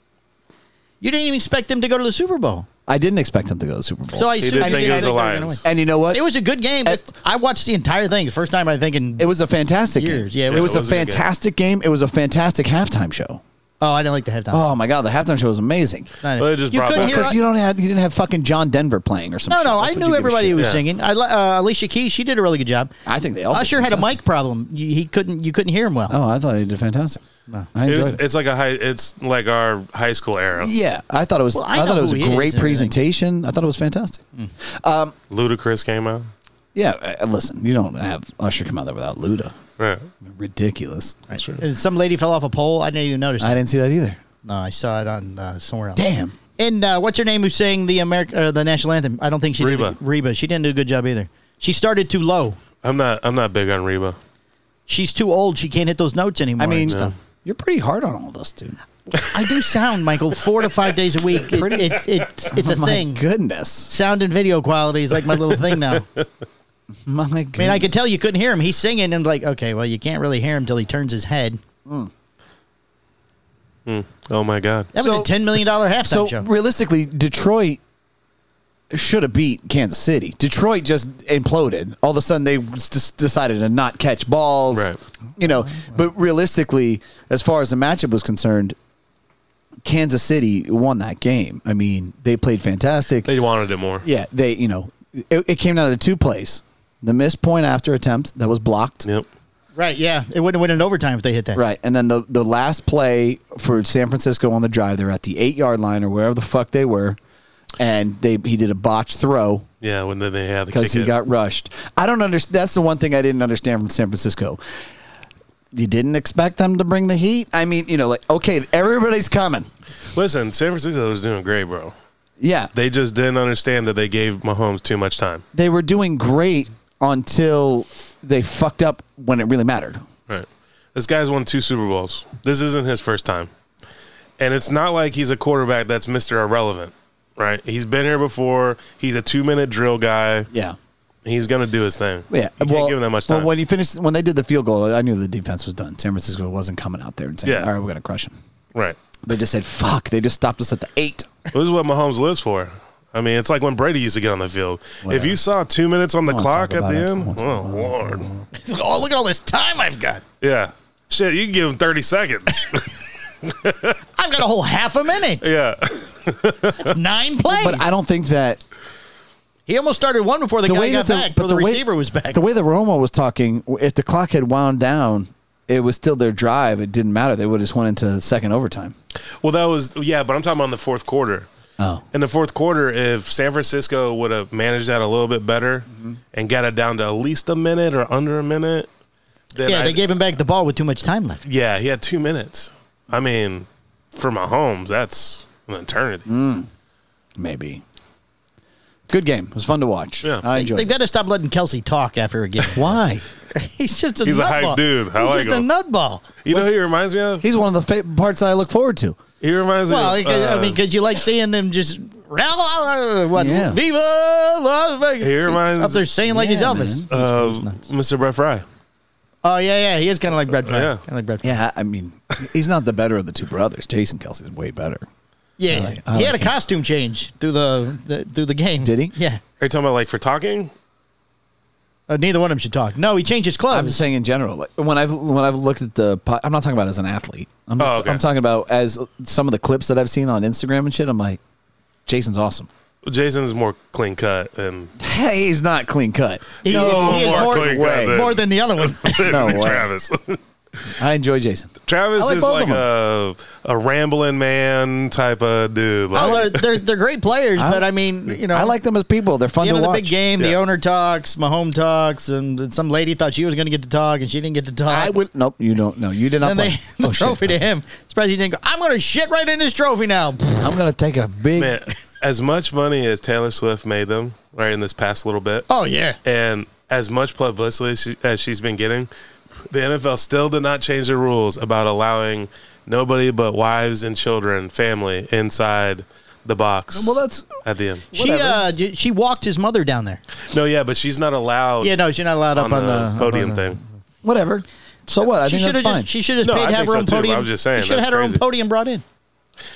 S5: You didn't even expect them to go to the Super Bowl.
S4: I didn't expect them to go to the Super Bowl.
S5: So I
S3: He
S5: assumed
S3: didn't
S5: you
S3: think it was
S5: didn't
S3: the
S5: think they were gonna
S3: Lions.
S5: win.
S4: and you know what?
S5: It was a good game.
S4: And-
S5: but I watched the entire thing. First time I think in.
S4: It was a fantastic
S5: Years, yeah,
S4: game.
S5: it
S4: it
S5: was-
S3: it
S4: was a
S3: was a good game.
S4: fantastic game. It was a fantastic halftime show.
S5: oh, I didn't like the halftime.
S4: Oh my god, the halftime show was amazing.
S5: Not it.
S3: Well, they just
S5: you
S3: brought
S5: couldn't
S3: back-
S5: hear.
S4: Because you don't had you didn't have fucking John Denver playing or
S5: No,
S4: something.
S5: no, I knew everybody who was singing. I, li- uh, Alicia Keys, she did a really good job.
S4: I think they all did
S5: Usher had a
S4: fantastic.
S5: mic problem. You, he couldn't. You couldn't hear him well.
S4: Oh, I thought they did fantastic. I enjoyed
S3: It was,
S4: it.
S3: it's like a high. It's like our high school era.
S4: Yeah, I thought it was.
S5: Well, I
S4: I, thought
S5: know
S4: it was
S5: who
S4: a
S5: he is
S4: great
S5: and everything. Mm.
S4: presentation. I thought it was fantastic.
S3: Ludacris came out.
S4: Yeah, uh, listen, you don't have Usher come out there without Luda.
S3: Yeah.
S4: Ridiculous.
S5: And some lady fell off a pole. I didn't even notice.
S4: I
S5: it.
S4: didn't see that either.
S5: No, I saw it on uh, somewhere else.
S4: Damn.
S5: And uh, what's her name who sang the America, uh, the national anthem? I don't think she did.
S3: Reba.
S5: a- Reba. She didn't do a good job either. She started too low.
S3: I'm not. I'm not big on Reba.
S5: She's too old. She can't hit those notes anymore.
S4: I mean,
S5: and stuff.
S4: you're pretty hard on all of us, dude.
S5: I do sound, Michael, four to five days a week. It, it, it's it's a
S4: Oh My
S5: thing.
S4: goodness.
S5: Sound and video quality is like my little thing now.
S4: My
S5: I mean, I could tell you couldn't hear him. He's singing, and like, okay, well, you can't really hear him till he turns his head.
S3: Oh my God.
S5: That was
S4: So-
S5: a ten million dollar halftime
S4: So
S5: show.
S4: realistically, Detroit should have beat Kansas City. Detroit just imploded. All of a sudden, they just decided to not catch balls.
S3: Right.
S4: You know, but realistically, as far as the matchup was concerned, Kansas City won that game. I mean, they played fantastic.
S3: They wanted it more.
S4: yeah, they. You know, it, it came down to two plays: the missed point after attempt that was blocked.
S3: Yep.
S5: right? Yeah, it wouldn't win in overtime if they hit that.
S4: Right. And then the, the last play for San Francisco on the drive, they're at the eight yard line or wherever the fuck they were. And they he did a botched throw
S3: Yeah. When then they had the
S4: because
S3: kick
S4: he
S3: it.
S4: got rushed. I don't understand. That's the one thing I didn't understand from San Francisco. You didn't expect them to bring the heat. I mean, you know, like okay, everybody's coming.
S3: Listen, San Francisco was doing great, bro.
S4: Yeah,
S3: They just didn't understand that they gave Mahomes too much time.
S4: they were doing great until they fucked up when it really mattered.
S3: Right. This guy's won two Super Bowls. This isn't his first time. And it's not like he's a quarterback that's Mr. Irrelevant, right? He's been here before. He's a two minute drill guy.
S4: Yeah,
S3: He's going to do his thing.
S4: yeah.
S3: You can't give him that much time.
S4: Well, when you finished, when they did the field goal, I knew the defense was done. San Francisco wasn't coming out there and saying,
S3: Yeah.
S4: "All right, we're gonna crush him."
S3: right.
S4: They just said, fuck. They just stopped us at the eight.
S3: This is what Mahomes lives for. I mean, it's like when Brady used to get on the field. If
S4: Whatever.
S3: you saw two minutes on the
S4: wanna
S3: clock
S4: talk
S3: at
S4: about
S3: the
S4: it. I
S3: end,
S4: wanna
S3: oh,
S4: talk
S3: Lord.
S5: Oh, look at all this time I've got.
S3: Yeah. Shit, you can give him 30 seconds.
S5: I've got a whole half a minute.
S3: yeah.
S5: It's nine plays.
S4: But I don't think that
S5: he almost started one before the,
S4: the
S5: guy
S4: way
S5: got
S4: that the,
S5: back.
S4: but
S5: Before the,
S4: way-
S5: receiver was back.
S4: The way that Romo was talking, if the clock had wound down, it was still their drive. It didn't matter. They would have just went into second overtime.
S3: Well, that was, yeah, but I'm talking about in the fourth quarter.
S4: Oh.
S3: in the fourth quarter, if San Francisco would have managed that a little bit better and got it down to at least a minute or under a minute, then
S5: yeah,
S3: I-
S5: they gave him back the ball with too much time left.
S3: yeah, he had two minutes. I mean, for Mahomes, that's an eternity.
S4: Maybe. Good game. It was fun to watch.
S3: Yeah.
S4: I enjoyed
S5: They've
S4: it.
S5: got to stop letting Kelsey talk after a game.
S4: Why?
S5: He's just a
S3: He's a
S5: nutball.
S3: hype dude. I
S5: He's
S3: like
S5: just
S3: him.
S5: a nutball.
S3: You know who he reminds me of?
S4: He's one of the fa- parts I look forward to.
S3: He reminds
S5: Well,
S3: me.
S5: I
S3: Of,
S5: could-
S3: uh,
S5: I mean, could you like seeing them just uh, what?
S4: Yeah.
S5: Viva Las Vegas!
S3: He reminds-
S5: up there singing like he's
S4: Yeah,
S5: Elvis.
S3: uh, Mr. Brett Fry.
S5: Oh yeah, yeah, he is kind of like Brett Favre.
S3: yeah.
S5: Kind of like Brett Favre.
S4: Yeah, I mean, he's not the better of the two brothers. Jason Kelsey's way better.
S5: Yeah,
S4: like- I
S5: he
S4: like
S5: had a
S4: him.
S5: costume change through the, the through the game.
S4: Did he?
S5: Yeah.
S3: Are you talking about like for talking?
S5: Uh, neither one of them should talk. No, he changed his
S4: I'm
S5: clothes.
S4: just saying in general. Like when I've when I've looked at the, po- I'm not talking about as an athlete. I'm just,
S3: Oh, okay.
S4: I'm talking about as some of the clips that I've seen on Instagram and shit. I'm like, Jason's awesome.
S3: Jason's more clean cut and
S4: Hey, he's not clean cut.
S5: he,
S3: No,
S5: is, he is
S3: more
S5: more,
S3: clean cut
S5: way-
S3: than-
S5: more than the other one.
S4: No way.
S3: Travis.
S4: I enjoy Jason.
S3: Travis
S4: I like
S3: is
S4: both
S3: like
S4: of
S3: a a rambling man type of dude. Like,
S5: Oh, Well, they're they're great players,
S4: I-
S5: but I mean, you know,
S4: I like them as people. They're fun
S5: the
S4: to
S5: end of the
S4: watch.
S5: big game. The
S3: Yeah.
S5: owner talks, Mahomes talks, and some lady thought she was going to get to talk, and she didn't get to talk.
S4: I would nope. You don't. No, you did not
S5: And
S4: play. Oh,
S5: they
S3: Oh,
S5: the trophy to him. Surprised he didn't go. I'm going to shit right in this trophy now.
S4: I'm gonna take a big.
S3: Man, as much money as Taylor Swift made them, right, in this past little bit,
S5: oh yeah.
S3: and as much publicity as, she, as she's been getting, the NFL still did not change the rules about allowing nobody but wives and children, family, inside the box.
S4: Well, that's
S3: at the end.
S5: She uh j- she walked his mother down there.
S3: No, yeah, but she's not allowed
S5: Yeah, no, she's not allowed
S3: on,
S5: up on
S3: the,
S5: the
S3: podium
S5: up on the-
S3: thing.
S4: whatever. So what? I
S5: She
S4: think
S5: should
S4: that's
S5: have
S4: fine.
S5: just she should have
S3: No,
S5: paid
S3: I
S5: to
S3: think
S5: have her
S3: so,
S5: own
S3: too, but
S5: podium.
S3: I'm just saying,
S5: She should have
S3: that's
S5: had her own
S3: crazy.
S5: podium brought in.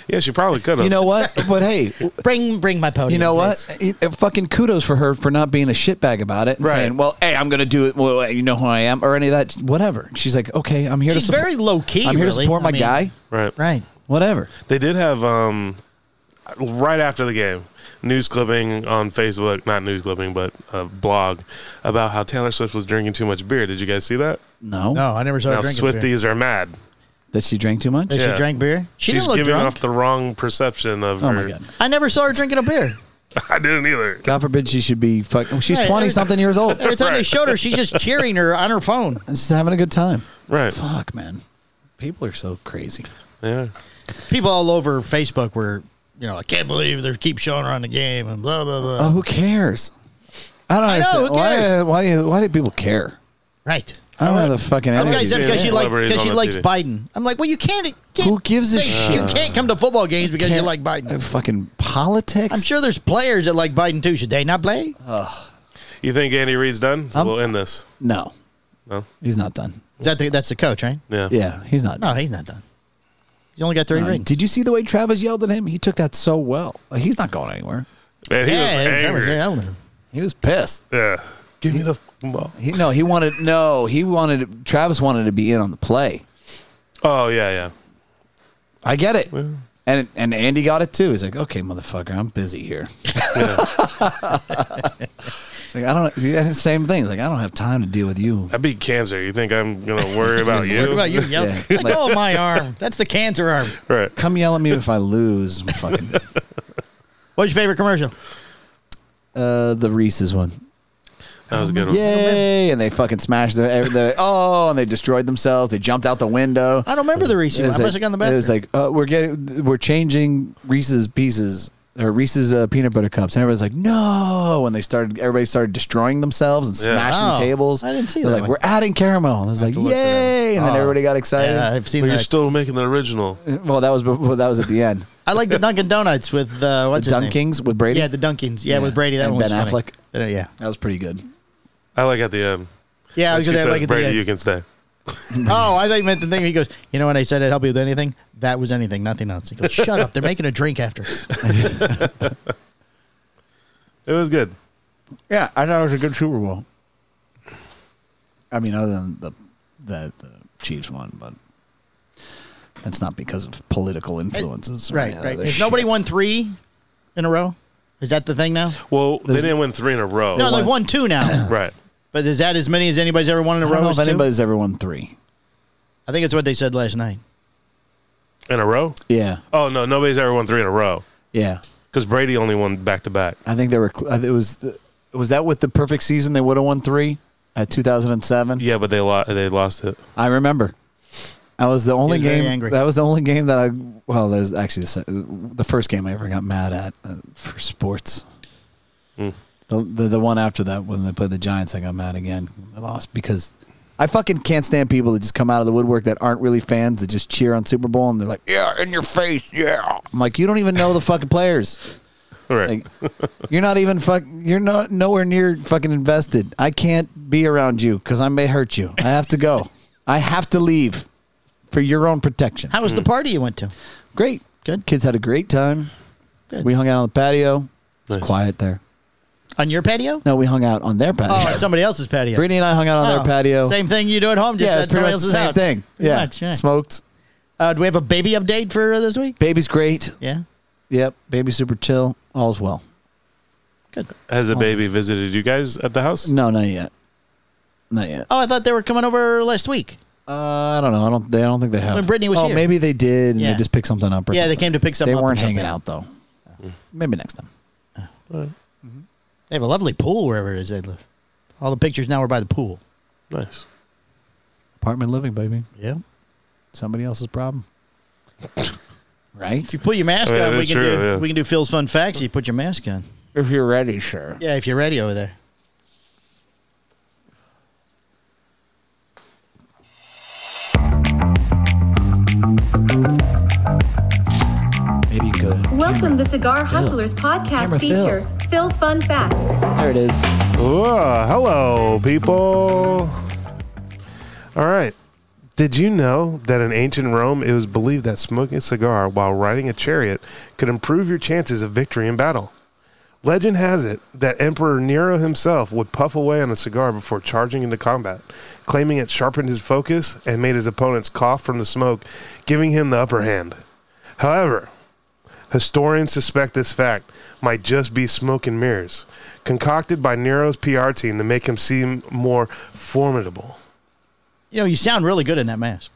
S3: Yeah, she probably could have.
S4: you know what? But hey,
S5: Bring bring my podium.
S4: You know
S5: please.
S4: what? It- it- fucking kudos for her for not being a shitbag about it. And
S3: Right.
S4: Saying, well, hey, I'm going to do it. Well, you know who I am, or any of that. Whatever. She's like, okay, I'm here
S5: She's
S4: to support.
S5: very low key.
S4: I'm here to support my guy.
S3: Right.
S5: Right.
S4: Whatever.
S3: They did have um, right after the game news clipping on Facebook, not news clipping, but a blog about how Taylor Swift was drinking too much beer. Did you guys see that?
S4: No.
S5: No, I never saw
S3: Now
S5: her drinking beer.
S3: Swifties are mad.
S4: That she drank too much.
S5: That
S3: Yeah.
S5: She drank beer. She
S3: She's
S5: didn't look
S3: giving
S5: drunk.
S3: off the wrong perception of
S4: Oh
S3: her.
S4: my god.
S5: I never saw her drinking a beer.
S3: I didn't either.
S4: God forbid she should be fucking. She's
S5: Right,
S4: twenty
S5: every-
S4: something years old.
S5: Every time they
S3: Right.
S5: showed her, she's just cheering her on her phone.
S4: And She's having a good time.
S3: Right.
S4: Fuck, man. People are so crazy.
S3: Yeah.
S5: People all over Facebook were, you know, I can't believe they keep showing her on the game and blah blah blah.
S4: Um, Oh, who cares? I don't
S5: I know,
S4: understand.
S5: who cares?
S4: Why, why, do you- why do people care?
S5: Right.
S4: I don't know the fucking
S5: Some guy
S4: energy.
S5: said
S3: seeing
S5: because she, like,
S3: celebrities
S5: 'cause she
S3: on the
S5: likes
S3: TV.
S5: Biden. I'm like, well, you can't. can't
S4: Who gives a
S5: say-
S4: shit?
S5: You can't come to football games because you
S4: Can't-
S5: like Biden.
S4: Uh, Fucking politics.
S5: I'm sure there's players that like Biden too. Should they not play?
S3: You think Andy Reid's done? So
S4: I'm-
S3: we'll end this.
S4: No,
S3: No.
S4: he's not done.
S5: Is that the, that's the coach, right?
S3: Yeah.
S4: Yeah, he's not.
S5: No,
S4: done.
S5: he's not done. He's only got three
S4: Uh,
S5: rings.
S4: did you see the way Travis yelled at him? He took that so well. Like, he's not going anywhere.
S3: Man, he was
S5: yeah, Trevor's
S3: angry.
S5: very
S3: Yeah.
S5: elderly.
S4: He was pissed.
S3: Give me the fucking ball.
S4: He, no, he wanted no. He wanted Travis wanted to be in on the play.
S3: Oh yeah, yeah.
S4: I get it. And and Andy got it too. He's like, okay, motherfucker, I'm busy here. it's like I don't. he had the Same thing. He's like, I don't have time to deal with you.
S3: I beat cancer. You think I'm gonna worry about you?
S5: What about you? Yell,
S4: Oh, Yeah.
S5: Let go of my arm. That's the cancer arm.
S3: Right.
S4: Come yell at me if I lose. I'm fucking
S5: What's your favorite commercial?
S4: uh, the Reese's one.
S3: That was a good one.
S4: Yay! And they fucking smashed their, the oh, and they destroyed themselves. They jumped out the window.
S5: I don't remember the
S4: It
S5: recent one.
S4: was
S5: I must have gone to the
S4: It
S5: bathroom.
S4: was like uh, we're getting we're changing Reese's pieces or Reese's uh, peanut butter cups, and everybody's like, "No!" And they started, everybody started destroying themselves and
S3: Yeah.
S4: smashing
S5: Oh,
S4: the tables.
S5: I didn't see
S4: They're
S5: that
S4: like,
S5: one.
S4: "We're adding caramel." And I was like,
S5: look for that
S4: "Yay!" And then
S5: Oh.
S4: everybody got excited.
S5: yeah, I've seen
S3: But you're
S5: that.
S3: still making the original.
S4: Well, that was before, that was at the end.
S5: I like the Dunkin' Donuts with uh, what's
S4: the
S5: his name?
S4: Dunkings with Brady.
S5: Yeah, the Dunkins. Yeah,
S4: Yeah,
S5: with Brady. That
S4: and
S5: one was
S4: Ben
S5: funny.
S4: Affleck.
S5: Uh, yeah,
S4: that was pretty good.
S3: I like at the end.
S5: yeah. I
S3: When
S5: was
S3: she
S5: gonna
S3: says,
S5: have, like at the
S3: Brady,
S5: end.
S3: you can stay.
S5: Oh, I thought you meant the thing. He goes, you know when I said I'd help you with anything, that was anything, nothing else. He goes, shut up. They're making a drink after.
S3: It was good.
S4: Yeah, I thought it was a good Super Bowl. I mean, other than the the, the Chiefs one, but that's not because of political influences. or
S5: right,
S4: any
S5: right.
S4: other
S5: If nobody
S4: shit.
S5: won three in a row, is that the thing now?
S3: Well, they didn't win three in a row.
S5: No, they've won two now.
S3: Right.
S5: but is that as many as anybody's ever won in a
S4: I don't
S5: row?
S4: know
S5: is
S4: if
S5: two?
S4: anybody's ever won three.
S5: I think it's what they said last night.
S3: In a row?
S4: Yeah,
S3: Oh no, nobody's ever won three in a row.
S4: yeah.
S3: Because Brady only won back to back.
S4: I think they were. cl- I think It was the, was that with the perfect season they would have won three at two thousand and seven.
S3: Yeah, but they lost. They lost it.
S4: I remember. That was the only
S5: was very
S4: game.
S5: angry.
S4: That was the only game that I. Well, there's actually the, se- the first game I ever got mad at uh, for sports.
S5: Hmm.
S4: The, the the one after that when they played the Giants, I got mad again. I lost because I fucking can't stand people that just come out of the woodwork that aren't really fans that just cheer on Super Bowl and they're like, yeah, in your face, yeah. I'm like, you don't even know the fucking players.
S3: Right.
S4: Like, you're not even fuck. You're not nowhere near fucking invested. I can't be around you because I may hurt you. I have to go. I have to leave for your own protection.
S5: How was the party you went to?
S4: Great,
S5: Good.
S4: Kids had a great time.
S5: Good.
S4: We hung out on the patio. It's
S3: Nice.
S4: quiet there.
S5: On your patio?
S4: No, we hung out on their patio.
S5: Oh, at somebody else's patio.
S4: Brittany and I hung out on
S5: Oh,
S4: their patio.
S5: Same thing you do at home, just
S4: yeah,
S5: at
S4: it's pretty
S5: somebody
S4: much the
S5: else's
S4: same
S5: house.
S4: thing.
S5: Pretty
S4: yeah.
S5: much, yeah.
S4: smoked.
S5: Uh, do we have a baby update for uh, this week?
S4: Baby's great.
S5: Yeah.
S4: Yep, baby super chill. All's well.
S5: Good.
S3: Has a baby visited you guys at the house?
S4: No, not yet. Not yet.
S5: Oh, I thought they were coming over last week.
S4: Uh, I don't know. I don't. They, I don't think they have.
S5: When Brittany was
S4: oh,
S5: here.
S4: maybe they did, and
S5: Yeah.
S4: they just picked something up. Or
S5: Yeah, they
S4: something.
S5: came to pick something
S4: They
S5: up or
S4: weren't hanging
S5: something.
S4: out though. Maybe next time.
S5: They have a lovely pool wherever it is they live. All the pictures now are by the pool.
S3: Nice.
S4: Apartment living, baby.
S5: Yeah.
S4: Somebody else's problem. right?
S5: If you put your mask
S3: Oh, Yeah,
S5: on, we
S3: that's
S5: can
S3: true,
S5: do
S3: yeah.
S5: we can do Phil's fun facts. You put your mask on.
S4: If you're ready, sure.
S5: Yeah, if you're ready over there.
S4: Maybe you could.
S8: Welcome to
S4: Camera.
S8: Cigar Hustlers
S4: Camera
S8: podcast
S4: Phil.
S8: feature, Phil's Fun Facts.
S4: There it is.
S3: Whoa, hello, people. All right. Did you know that in ancient Rome, it was believed that smoking a cigar while riding a chariot could improve your chances of victory in battle? Legend has it that Emperor Nero himself would puff away on a cigar before charging into combat, claiming it sharpened his focus and made his opponents cough from the smoke, giving him the upper hand. However, Historians suspect this fact might just be smoke and mirrors, concocted by Nero's PR team to make him seem more formidable.
S5: You know, you sound really good in that mask.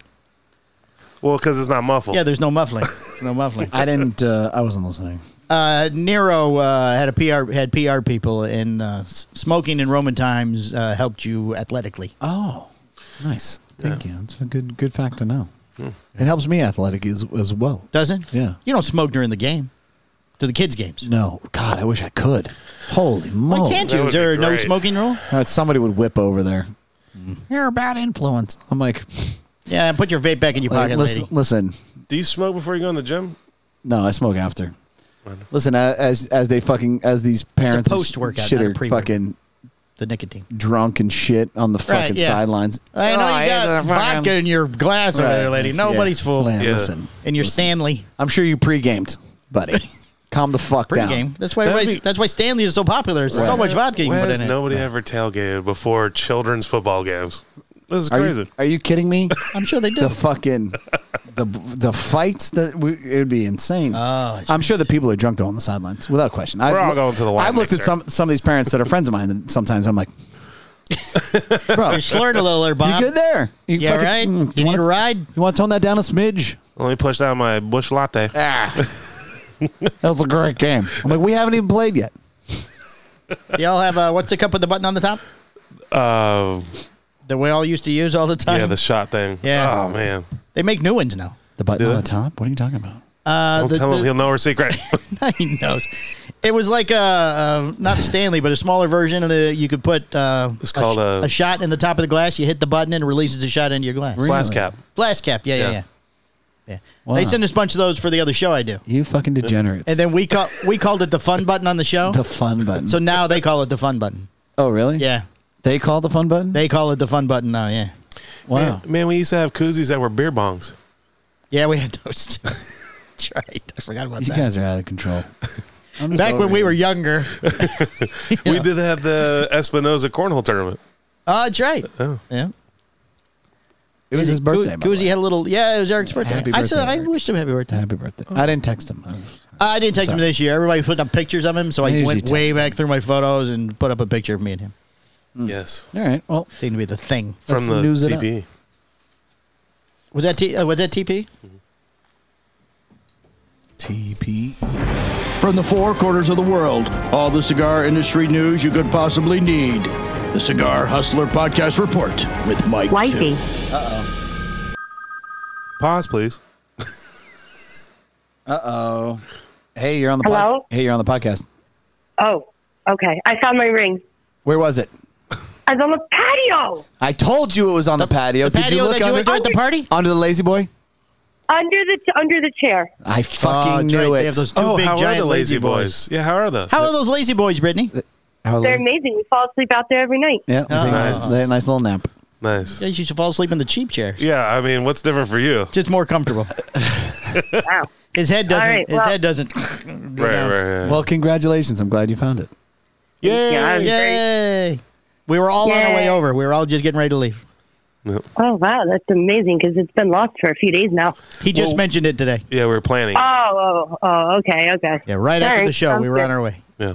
S3: Well, because it's not muffled.
S5: Yeah, there's no muffling. no muffling.
S4: I didn't. Uh, I wasn't listening.
S5: Uh, Nero uh, had a PR had PR people, and uh, s- smoking in Roman times uh, helped you athletically.
S4: Oh, nice. Thank you. That's a good good fact to know. It helps me athletic as, as well.
S5: Doesn't?
S4: Yeah.
S5: You don't smoke during the game, to the kids' games.
S4: No, God, I wish I could. Holy moly!
S5: Why can't
S3: That
S5: you?
S3: would
S5: Is there
S3: be
S5: no
S3: great.
S5: smoking rule?
S4: Uh, somebody would whip over there. You're a bad influence. I'm like,
S5: Yeah, put your vape back in your
S4: like,
S5: pocket,
S4: listen,
S5: lady.
S4: listen,
S3: Do you smoke before you go in the gym?
S4: No, I smoke after. Listen, a- as as they fucking as these parents and
S5: post-workout,
S4: shit
S5: not a
S4: are
S5: pre-workout.
S4: fucking
S5: The nicotine.
S4: drunk and shit on the
S5: Right,
S4: fucking
S5: yeah.
S4: sidelines.
S3: Oh,
S4: Oh,
S5: I know you got vodka in your glass over there, lady. Nobody's
S4: full.
S5: fooling.
S3: Yeah.
S4: Listen,
S5: And your Stanley
S4: I'm sure you pre-gamed, buddy. Calm the fuck down.
S5: pregame. That's why.
S3: That'd
S5: everybody's-
S3: be-
S5: that's why Stanley is so popular. There's so much vodka you
S3: Why
S5: can put
S3: has
S5: in it.
S3: nobody ever tailgated before children's football games? This is
S4: Are
S3: crazy.
S4: you, are you kidding me?
S5: I'm sure they do.
S4: the fucking the the fights that we, it would be insane.
S5: Ah,
S3: Oh,
S4: I'm sure the people are drunk though on the sidelines without question. We're
S3: all going to the wine
S4: I've looked at
S3: mixer.
S4: some some of these parents that are friends of mine, and sometimes I'm like, bro,
S5: You're slurring a little there, Bob.
S4: You good there? You
S5: Yeah, right? You need
S4: wanna-
S5: a ride?
S4: You want to tone that down a smidge?
S3: Let me push down my bush latte.
S5: Ah.
S4: That was a great game. I'm like, we haven't even played yet.
S5: Y'all have uh, what's the cup with the button on the top
S3: Uh,
S5: that we all used to use all the time?
S3: yeah, the shot thing.
S5: Yeah.
S3: Oh man.
S5: they make new ones now.
S4: The button
S3: Did
S4: on
S3: it?
S4: the top. What are you talking about?
S5: Uh,
S3: Don't
S5: the-
S3: tell
S5: the-
S3: him. He'll know her secret.
S5: he knows. It was like a, uh not a Stanley, but a smaller version of the. You could put uh,
S3: It's
S5: a
S3: called
S5: sh-
S3: a-
S5: a shot in the top of the glass. You hit the button and it releases a shot into your glass.
S3: Glass cap.
S5: Glass cap. Yeah, yeah,
S3: Yeah.
S5: yeah. Yeah.
S4: Wow.
S5: They send us a bunch of those for the other show I do,
S4: You fucking degenerates.
S5: and then we call we called it the fun button on the show.
S4: the fun button.
S5: so now they call it the fun button.
S4: oh, really?
S5: Yeah,
S4: They call the fun button.
S5: they call it the fun button now. Yeah,
S4: wow.
S3: Man, we used to have koozies that were beer bongs.
S5: yeah, we had those. too. That's right. I forgot about
S4: You
S5: that.
S4: guys are out of control. I'm just
S5: Back when
S4: over
S5: we
S4: it.
S5: were younger.
S3: We did have the Espinosa cornhole tournament.
S5: Oh, that's right.
S3: Oh.
S5: Yeah.
S4: it was his birthday. by the
S5: Koozie
S4: way.
S5: had a little. Yeah, it was Eric's birthday.
S4: Happy
S5: I said
S4: birthday,
S5: I
S4: Eric.
S5: wished him happy birthday.
S4: Happy birthday.
S5: Oh.
S4: I didn't text him.
S5: I didn't take him
S4: Sorry.
S5: this year. Everybody put up pictures of him, so
S4: I
S5: I
S4: usually
S5: went
S4: text
S5: way
S4: him.
S5: back through my photos and put up a picture of me and him. Hmm.
S3: Yes.
S4: All right. Well,
S5: Seemed to be the thing.
S3: From
S4: Let's
S3: the
S4: news it up.
S3: TP.
S5: Was that T, uh, was that TP?
S4: TP.
S5: From the four corners of the world, all the cigar industry news you could possibly need. The Cigar Hustler Podcast Report with Mike.
S9: Wifey.
S3: Pause, please.
S4: Hey, you're on the
S9: Hello?
S4: Hey, you're on the podcast.
S9: Oh, okay. I found my ring.
S4: Where was it?
S9: I was on the patio
S4: I told you it was on the, patio.
S5: The
S4: Did
S5: patio
S4: you look
S5: that you
S4: under,
S5: enjoyed at the party?
S4: under the lazy boy?
S9: under the under the chair.
S4: I fucking
S5: Oh, that's right.
S4: knew
S5: They
S4: it.
S5: have those two
S3: Oh,
S5: big
S3: how are
S5: giant
S3: the lazy boys? Yeah, how are those?
S5: How are those lazy boys, Brittany?
S4: How are
S9: They're
S4: they-
S9: amazing. We fall asleep out there every night.
S4: Yeah, we'll take a nice,
S3: Nice.
S4: nice little nap.
S3: nice.
S5: Yeah, you should fall asleep in the cheap chair.
S3: Yeah, I mean, what's different for you?
S5: Just more comfortable.
S9: Wow.
S5: His head doesn't.
S9: right,
S5: his
S9: well-
S5: head doesn't.
S3: Right, right, right.
S4: Well, congratulations. I'm glad you found it.
S3: Yay!
S9: Yeah, I was very-
S5: Yay! We were all on our way
S9: Yay.
S5: over. We were all just getting ready to leave.
S9: Oh wow, that's amazing because it's been lost for a few days now.
S5: He just
S3: Well-
S5: mentioned it today.
S3: Yeah, we were planning.
S5: Uh,
S9: Oh, oh, oh okay, okay.
S5: Yeah, right after
S9: Alright,
S5: the show,
S9: sounds
S5: we were on
S9: good.
S5: our way.
S3: yeah.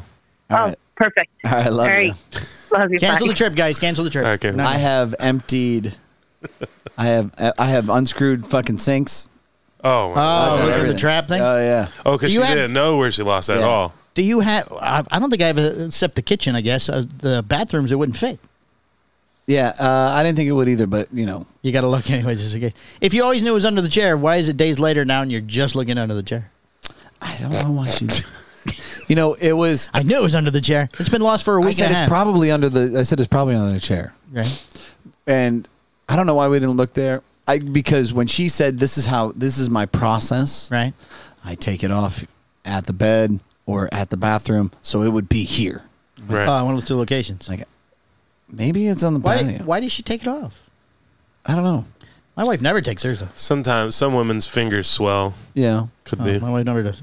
S9: Oh,
S4: All right.
S9: perfect.
S4: All right, I love
S9: All
S4: you.
S9: right, love you.
S5: Cancel
S9: bye.
S5: the trip, guys. Cancel the trip.
S3: Okay.
S5: No.
S4: I have emptied. I have I have unscrewed fucking sinks.
S3: Oh, my
S4: I've
S5: Oh, look
S4: done
S5: at the
S4: everything.
S5: trap thing?
S9: Uh,
S4: Oh yeah.
S3: oh, because
S5: do
S3: she
S5: you have-
S3: didn't know where she lost at
S4: Yeah.
S3: all.
S5: Do you have? I, I don't think I have a, except the kitchen. I guess uh, the bathrooms it wouldn't fit.
S4: Yeah. Uh, I didn't think it would either, but you know,
S5: You got to look anyway, just in case. If you always knew it was under the chair, why is it days later now and you're just looking under the chair?
S4: I don't know why she. you know, it was.
S5: I knew it was under the chair. It's been lost for a week
S4: I said
S5: and a
S4: it's
S5: half.
S4: probably under the. I said it's probably under the chair,
S5: right?
S4: and I don't know why we didn't look there. I because when she said this is how this is my process,
S5: Right.
S4: I take it off at the bed or at the bathroom, so it would be here.
S3: Right.
S5: Oh, one of the two locations.
S4: Like maybe it's on the
S5: why?
S4: patio.
S5: Why did she take it off?
S4: I don't know.
S5: My wife never takes hers off.
S3: Sometimes some women's fingers swell.
S4: Yeah.
S3: Could
S5: Oh,
S3: be.
S5: my wife never does.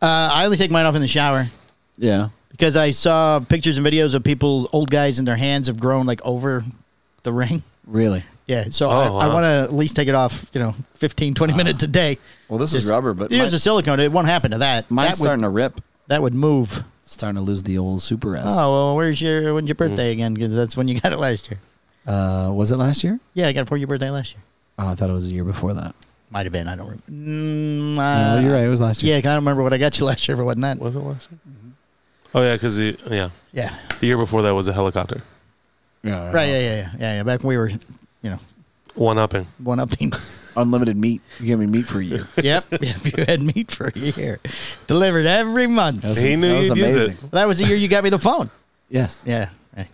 S5: Uh, I only take mine off in the shower.
S4: Yeah.
S5: because I saw pictures and videos of people's old guys and their hands have grown like over the ring.
S4: Really.
S5: Yeah, so I,
S3: Oh,
S5: I
S3: wow.
S5: want to at least take it off, you know, 15, 20 minutes a day.
S4: Well, this is
S5: Just-
S4: rubber, but
S5: Here's
S4: mine-
S5: a silicone. It won't happen to that.
S4: mine's
S5: that, would,
S4: starting to rip.
S5: that would move.
S4: Starting to lose the old super S.
S5: Oh, well, where's your,
S3: Mm.
S5: when's your birthday again? Because that's when you got it last year.
S4: uh, was it last year?
S5: Yeah, I got it for your birthday last year.
S4: Oh, I thought it was the year before that.
S5: Might have been. I don't remember. Mm, uh,
S4: Oh, you're right. It was last
S5: Yeah,
S4: year.
S5: 'cause I don't remember what I got you last year if it wasn't that.
S3: Was it last year?
S5: Mm-hmm.
S3: Oh yeah, because the yeah
S5: Yeah.
S3: the year before that was a helicopter.
S4: Yeah,
S5: Right, yeah, yeah, yeah, yeah, yeah. Back when we were, you know,
S3: One upping.
S5: one upping.
S4: Unlimited meat. You gave me meat for a year.
S5: yep, yep. You had meat for a year, delivered every month.
S4: That was,
S3: He knew
S4: that was
S3: you'd use
S4: amazing.
S3: it.
S5: That was the year you got me the phone.
S4: Yes.
S5: Yeah. right.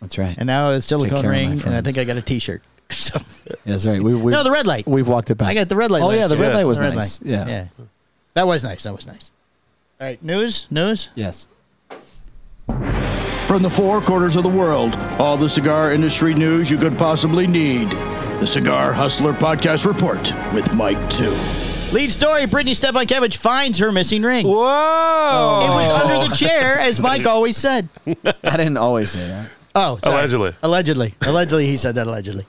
S4: That's right.
S5: and now a silicone
S4: care of my
S5: ring, and I
S4: friends.
S5: think I got a T-shirt. So
S4: Yeah, that's right. We, we,
S5: No, the red light.
S4: We've walked it back.
S5: I got the red light.
S4: Oh, yeah.
S5: last
S4: The
S5: year.
S4: red light was
S5: The red
S4: nice.
S5: light.
S4: Yeah.
S5: yeah, that was nice. That was nice. All right, news, news.
S4: Yes.
S5: From the four corners of the world, all the cigar industry news you could possibly need. The Cigar Hustler Podcast Report with Mike 2. Lead story Brittany Stepankevich finds her missing ring. Whoa! It was under the chair, as Mike always said.
S4: I didn't always say that.
S5: Oh, sorry.
S3: Allegedly.
S5: Allegedly. Allegedly, he said that allegedly.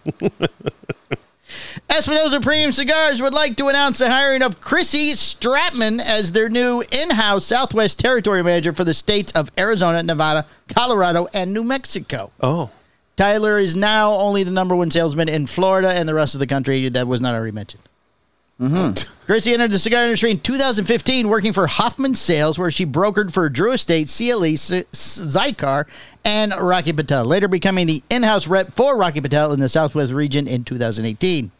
S5: Espinosa Premium Cigars would like to announce the hiring of Chrissy Stratman as their new in house Southwest Territory Manager for the states of Arizona, Nevada, Colorado, and New Mexico.
S10: Oh.
S5: Tyler is now only the number one salesman in Florida and the rest of the country that was not already mentioned. Gracie entered the cigar industry in 2015, working for Hoffman Sales, where she brokered for Drew Estate, CLE, Z- Zycar, and Rocky Patel, later becoming the in house rep for Rocky Patel in the Southwest region in 2018.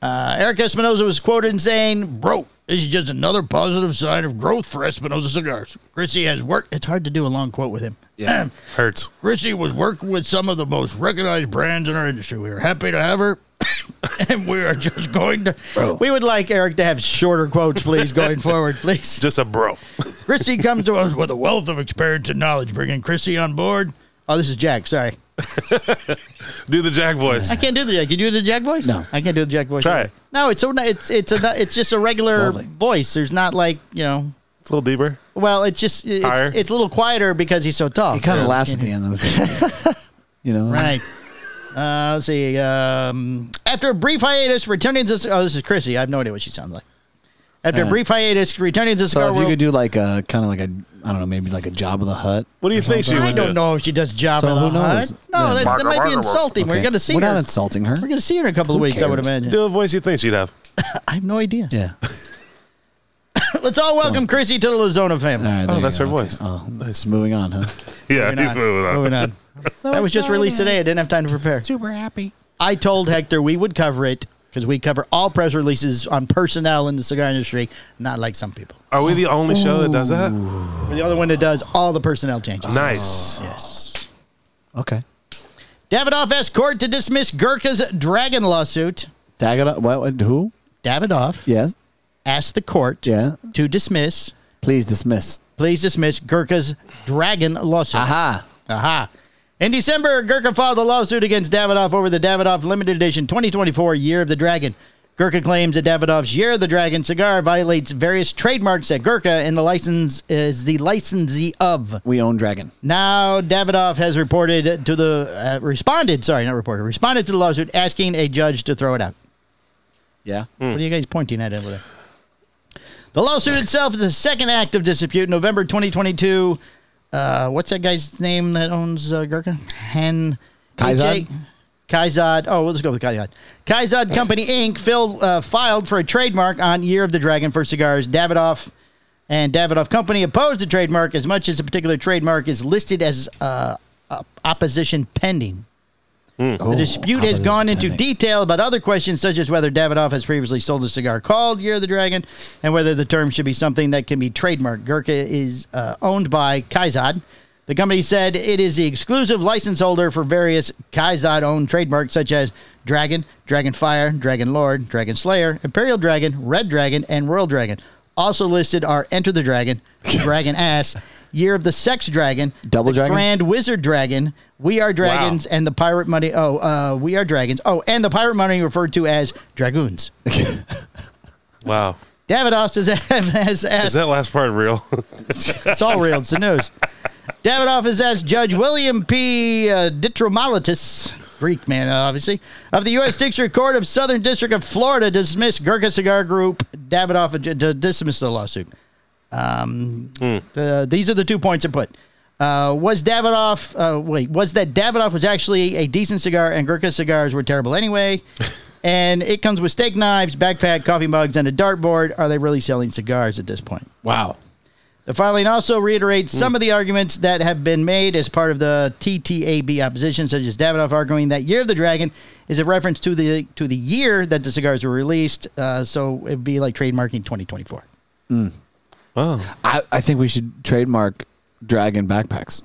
S5: Uh, Eric Espinosa was quoted in saying, Bro, this is just another positive sign of growth for Espinosa Cigars. Chrissy has worked. It's hard to do a long quote with him.
S4: Yeah.
S3: Hurts.
S5: Chrissy was working with some of the most recognized brands in our industry. We are happy to have her. and we are just going to. We would like Eric to have shorter quotes, please, going forward, please.
S3: Just a bro.
S5: Chrissy comes to us with a wealth of experience and knowledge, bringing Chrissy on board. Oh, this is Jack. Sorry.
S3: Do the Jack voice.
S5: I can't do the Jack. Can you do the Jack voice?
S4: No.
S5: I can't do the Jack voice.
S3: Try it.
S5: No, it's so ni- it's it's a it's just a regular
S4: lovely.
S5: voice. There's not like you know.
S3: It's a little deeper.
S5: Well, it's just
S3: Higher.
S5: it's, it's a little quieter because he's so tall.
S4: He kind of laughs at the end of the You know?
S5: Right. Uh, let's see. Um, after a brief hiatus, returning to oh, this is Chrissy. I have no idea what she sounds like. After
S4: All
S5: a
S4: right.
S5: brief hiatus, returning to
S4: So
S5: cigar
S4: if you
S5: world.
S4: could do like a kind of like a, I don't know, maybe like a job of the hut.
S3: What do you think she
S5: I
S3: would do?
S5: don't know if she does job
S4: So
S5: of the
S4: who knows?
S5: Hutt. No,
S4: Yeah.
S5: that's, that might be insulting. We're
S4: Okay.
S5: gonna see
S4: We're
S5: her.
S4: not insulting her.
S5: We're gonna see her in a couple of
S4: Who
S5: weeks. I would
S4: cares?
S5: imagine.
S3: Do a voice you think she'd have.
S5: I have no idea.
S4: Yeah. All
S5: Let's all welcome Chrissy to the Lazona family.
S4: right. there
S3: Oh,
S4: you
S3: that's her
S4: go.
S3: voice.
S4: Oh, nice. Moving on, huh?
S3: Yeah, he's
S5: on.
S3: moving on.
S5: Moving on. that was just released today. I didn't have time to prepare.
S4: Super happy.
S5: I told Hector we would cover it because we cover all press releases on personnel in the cigar industry, not like some people.
S3: Are we the only show that does that?
S5: We're the other one that does all the personnel changes.
S3: Nice.
S5: Yes.
S4: Okay.
S5: Davidoff asked court to dismiss Gurkha's dragon lawsuit.
S4: Tag it up. What, what, who?
S5: Davidoff
S4: Yes.
S5: asked the court
S4: Yeah.
S5: to dismiss,
S4: Please dismiss.
S5: please dismiss Gurkha's dragon lawsuit.
S4: Aha.
S5: Aha. In December, Gurkha filed a lawsuit against Davidoff over the Davidoff Limited Edition 2024 Year of the Dragon. Gurkha claims that Davidoff's Year of the Dragon cigar violates various trademarks that Gurkha and the license is the licensee of.
S4: We own Dragon.
S5: Now Davidoff has reported to the uh, responded, sorry, not reported, responded to the lawsuit asking a judge to throw it out.
S4: Yeah.
S5: What are you guys pointing at over there? The lawsuit itself is the second act of dispute. November 2022. Uh, what's that guy's name that owns uh, Gurkha? Han.
S4: Kaizad?
S5: Kaizad. Oh, let's go with Kaizad. Kaizad Company Inc. Filled, uh, filed for a trademark on Year of the Dragon for cigars. Davidoff and Davidoff Company opposed the trademark as much as a particular trademark is listed as uh, op- opposition pending.
S4: Oh,
S5: The dispute has gone into detail about other questions, such as whether Davidoff has previously sold a cigar called Year of the Dragon and whether the term should be something that can be trademarked. Gurkha is uh, owned by Kaizad. The company said it is the exclusive license holder for various Kaizad owned trademarks, such as Dragon, Dragon Fire, Dragon Lord, Dragon Slayer, Imperial Dragon, Red Dragon, and World Dragon. Also listed are Enter the Dragon, Dragon Ass, Year of the Sex Dragon,
S4: Double
S5: the
S4: Dragon?
S5: Grand Wizard Dragon, We Are Dragons, and the Pirate Money. Oh, uh, We Are Dragons. Oh, and the Pirate Money referred to as Dragoons.
S3: Wow.
S5: Davidoff has, has asked.
S3: Is that last part real?
S5: it's all real. It's the news. Davidoff has asked Judge William P. Uh, Ditromolitis, Greek man, obviously, of the U.S. District Court of Southern District of Florida to dismiss Gurkha Cigar Group. Davidoff to- to dismiss the lawsuit. Uh, these are the two points I put. Uh, was Davidoff, uh, wait, was that Davidoff was actually a decent cigar and Gurkha cigars were terrible anyway? and it comes with steak knives, backpack, coffee mugs, and a dartboard. Are they really selling cigars at this point?
S4: Wow.
S5: The filing also reiterates
S4: Hmm.
S5: some of the arguments that have been made as part of the TTAB opposition, such as Davidoff arguing that Year of the Dragon is a reference to the to the year that the cigars were released. Uh, so it'd be like trademarking 2024.
S3: wow.
S4: I, I think we should trademark Dragon backpacks.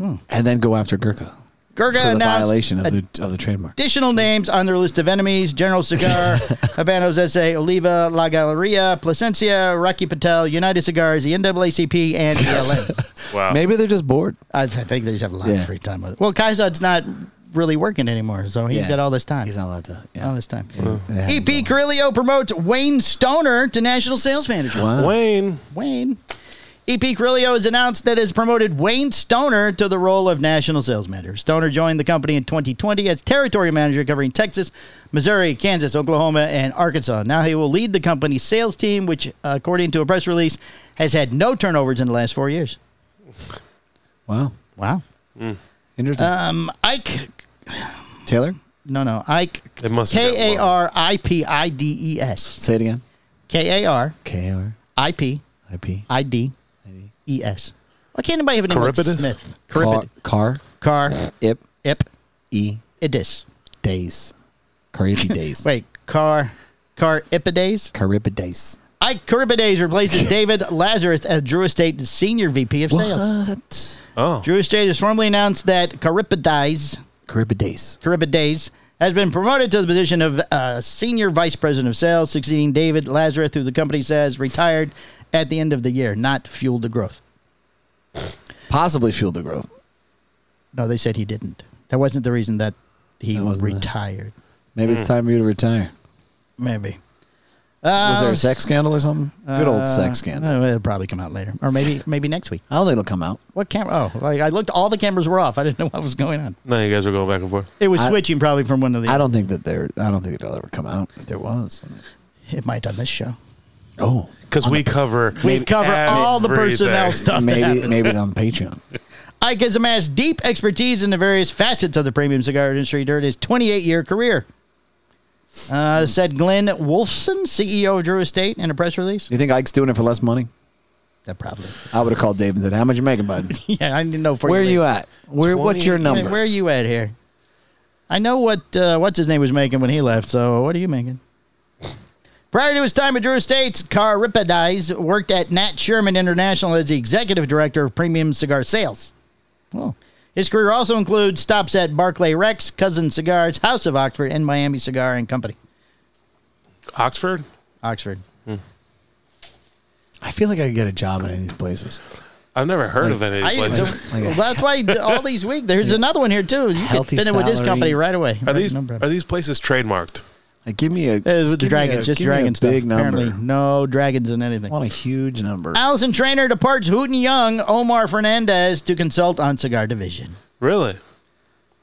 S4: and then go after Gurkha
S5: Gurga
S4: for the
S5: announced
S4: violation
S5: a
S4: of the of the trademark.
S5: Additional names on their list of enemies General Cigar, Habanos S.A., Oliva, La Galleria, Placencia, Rocky Patel, United Cigars, the NAACP, and ELN.
S3: Wow.
S4: Maybe they're just bored.
S5: I th- I think they just have a lot
S4: Yeah.
S5: of free time with it. Well, Kaizad's not really working anymore, so he's
S4: Yeah.
S5: got all this time.
S4: He's not allowed to. Yeah.
S5: all this time.
S4: Yeah.
S5: EP Carrillo promotes Wayne Stoner to national sales manager.
S4: Wow.
S3: Wayne.
S5: Wayne. EP Carrillo has announced that it has promoted Wayne Stoner to the role of national sales manager. Stoner joined the company in 2020 as territory manager covering Texas, Missouri, Kansas, Oklahoma, and Arkansas. Now he will lead the company's sales team, which, according to a press release, has had no turnovers in the last four years.
S4: Wow.
S5: Wow.
S4: Interesting.
S5: Um, Ike,
S4: Taylor,
S5: no, no, Ike,
S3: It must be that
S5: K A
S3: one.
S5: R I P I D E S.
S4: say it again.
S5: K A R
S4: K R
S5: I P
S4: I P.
S5: I D E S. Why can't anybody have a name like
S3: Charybdis?
S5: Smith?
S4: Car.
S5: Charybdis.
S4: Car.
S5: Car.
S4: Ip.
S5: Ip.
S4: E.
S5: Idis.
S4: Days. Caripides.
S5: Wait, Car. Car Ipides?
S4: Caripides.
S5: Ike Caripides replaces David Lazarus as Drew Estate's senior VP of sales.
S4: What?
S3: Oh.
S5: Drew Estate has formally announced that Caripides,
S4: Caripides.
S5: Caripides has been promoted to the position of uh, senior vice president of sales, succeeding David Lazarus, who the company says retired at the end of the year, not fueled the growth.
S4: Possibly fuel the growth.
S5: No, they said he didn't. That wasn't the reason that he
S4: That wasn't the-
S5: retired.
S4: Maybe
S5: Hmm.
S4: it's time for you to retire.
S5: Maybe.
S4: Was there a sex scandal or something? Good old sex scandal.
S5: Um, Uh, it'll probably come out later, or maybe maybe next week.
S4: I don't think it'll come out.
S5: What camera? Oh, like I looked. All the cameras were off. I didn't know what was going on.
S3: No, you guys were going back and forth.
S5: It was
S4: I-
S5: switching probably from one to the.
S4: I
S5: other.
S4: don't think that there. I don't think it'll ever come out if there was.
S5: It might on this show.
S4: Oh,
S3: Because we cover.
S5: We cover all the personnel
S3: everything.
S5: stuff. that
S4: maybe
S5: happened.
S4: maybe on Patreon.
S5: Ike has amassed deep expertise in the various facets of the premium cigar industry during his 28 year career. Uh, said Glenn Wolfson, CEO of Drew Estate, in a press release.
S4: You think Ike's doing it for less money?
S5: That probably.
S4: I would have called Dave and said, "How much you making, bud?
S5: Yeah, I didn't know.
S4: Where are you at? Where what's your number?
S5: Where are you at here? I know what uh, what's his name was making when he left. So what are you making? Prior to his time at Drew Estates, Carr Ripides worked at Nat Sherman International as the executive director of premium cigar sales. Well, his career also includes stops at Barclay Rex, Cousin Cigars, House of Oxford, and Miami Cigar and Company.
S3: Oxford?
S5: Oxford.
S4: I feel like I could get a job in any of these places.
S3: I've never heard of any of
S5: I,
S3: these places.
S5: well, that's why all these weeks there's another one here too. You can
S4: Healthy
S5: fit in with this
S4: salary.
S5: company right away.
S3: Are these,
S5: No
S3: are
S5: problem.
S3: these places trademarked?
S4: Like, give me a
S5: It's with
S4: give me
S5: the
S4: a-
S5: dragons, just
S4: give me a
S5: dragon stuff.
S4: Big
S5: Apparently,
S4: number.
S5: no dragons in anything.
S4: I want a huge number.
S5: Allison Trainer departs Hooten Young, Omar Fernandez to consult on cigar division.
S3: Really?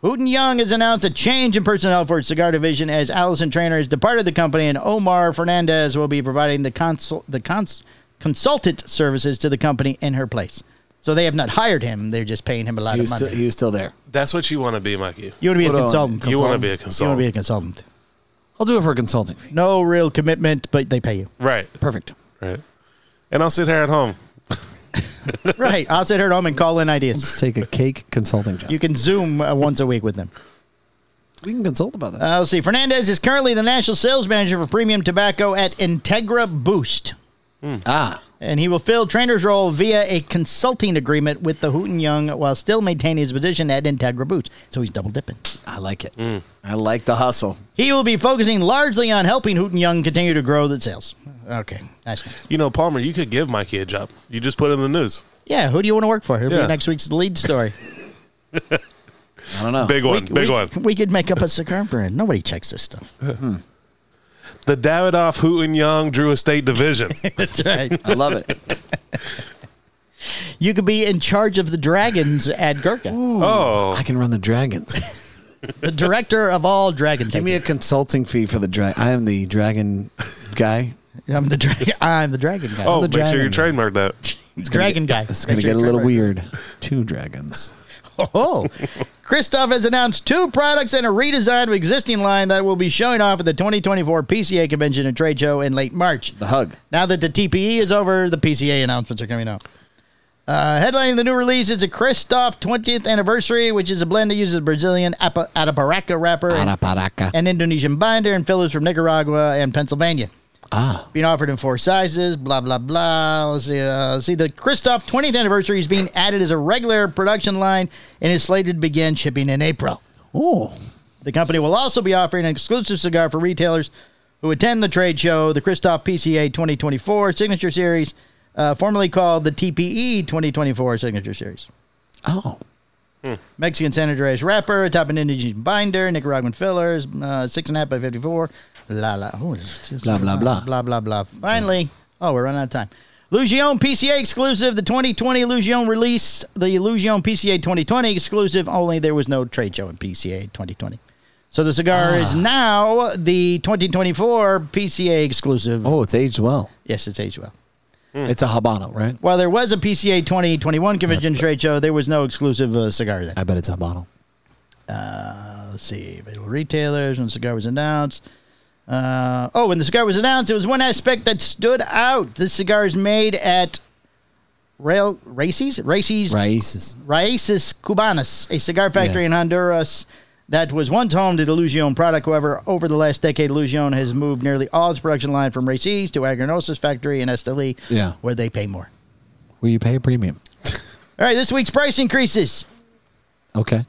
S5: Hooten Young has announced a change in personnel for its cigar division as Allison Trainer has departed the company and Omar Fernandez will be providing the consul the cons- consultant services to the company in her place. So they have not hired him; they're just paying him a lot
S4: He
S5: of
S4: was,
S5: money.
S4: still, he was still there.
S3: That's what you want to be, Mikey.
S5: you want to be a
S4: What do I-
S5: consultant?
S3: You wanna be a
S5: You want
S3: consultant.
S5: to be a consultant?
S4: I'll do it for a consulting fee.
S5: No real commitment, but they pay you.
S3: Right.
S4: Perfect.
S3: Right. And I'll sit here at home.
S5: right. I'll sit here at home and call in ideas.
S4: Let's take a cake consulting job.
S5: You can Zoom uh, once a week with them.
S4: we can consult about that.
S5: Uh, let's see. Fernandez is currently the national sales manager for premium tobacco at Integra Boost,
S4: ah,
S5: and he will fill trainer's role via a consulting agreement with the Hooten Young while still maintaining his position at Integra Boost. So he's double dipping.
S4: I like it.
S3: Mm.
S4: I like the hustle.
S5: He will be focusing largely on helping Hooten Young continue to grow the sales. Okay, nice.
S3: You know, Palmer, you could give Mikey a job. You just put it in the news.
S5: Yeah, who do you want to work for? It'll
S3: Yeah.
S5: be next week's lead story.
S4: I don't know.
S3: Big one. big
S5: we,
S3: one.
S5: We could make up a cigar brand. Nobody checks this stuff.
S3: The Davidoff Hooten Young Drew Estate Division.
S5: That's right.
S4: I love it.
S5: You could be in charge of the dragons at Gurkha,
S3: oh.
S4: I can run the dragons.
S5: the director of all dragon.
S4: Give me a consulting fee for the dragon. I am the dragon guy.
S5: I'm the dragon. I'm the dragon guy.
S3: Oh,
S4: the
S3: make sure you
S4: dragon.
S3: trademark that.
S5: dragon guy.
S4: It's going to
S5: Make
S4: get a
S5: sure you
S4: little
S5: trademark.
S4: weird. Two dragons.
S5: Oh, Christoph has announced two products and a redesign of existing line that will be showing off at the 2024 PCA convention and trade show in late March.
S4: The hug.
S5: Now that the TPE is over, the PCA announcements are coming out. Uh, headlining the new release is a Christoph 20th anniversary, which is a blend that uses Brazilian apa- Ataparaca wrapper, and
S4: Paraparaca.
S5: an Indonesian binder, and fillers from Nicaragua and Pennsylvania.
S4: Ah.
S5: Being offered in four sizes, blah, blah, blah. Let's see, uh, see the Christoph 20th anniversary is being added as a regular production line and is slated to begin shipping in April.
S4: Oh,
S5: The company will also be offering an exclusive cigar for retailers who attend the trade show, the Christoph PCA 2024 Signature Series, uh, formerly called the TPE 2024 Signature Series.
S4: oh,
S5: Mexican San Andreas wrapper, top and indigenous binder, Nicaraguan fillers, uh, six and a half by fifty-four. La la. Ooh, it's just-
S4: Blah, blah, blah.
S5: blah blah blah. Finally, oh, we're running out of time. Lugion PCA exclusive, the 2020 Lugion release, the Lugion PCA 2020 exclusive. Only there was no trade show in PCA 2020, so the
S4: Ah.
S5: cigar is now the 2024 PCA exclusive.
S4: oh, it's aged well.
S5: Yes, it's aged well.
S4: It's a habano, right?
S5: While there was a PCA 2021 convention trade show, there was no exclusive uh, cigar then.
S4: I bet it's a habano.
S5: let's see, available retailers when the cigar was announced. Uh, oh, when the cigar was announced, it was one aspect that stood out. This cigar is made at Rail Races, Races,
S4: Raices.
S5: Raíces Cubanas, a cigar factory
S4: Yeah.
S5: in Honduras that was once home to the Lugion product. However, over the last decade, Lugion has moved nearly all its production line from Races to Agronosis factory in Esteli,
S4: Yeah.
S5: where they pay more.
S4: Will you pay a premium?
S5: All right, this week's price increases.
S4: Okay.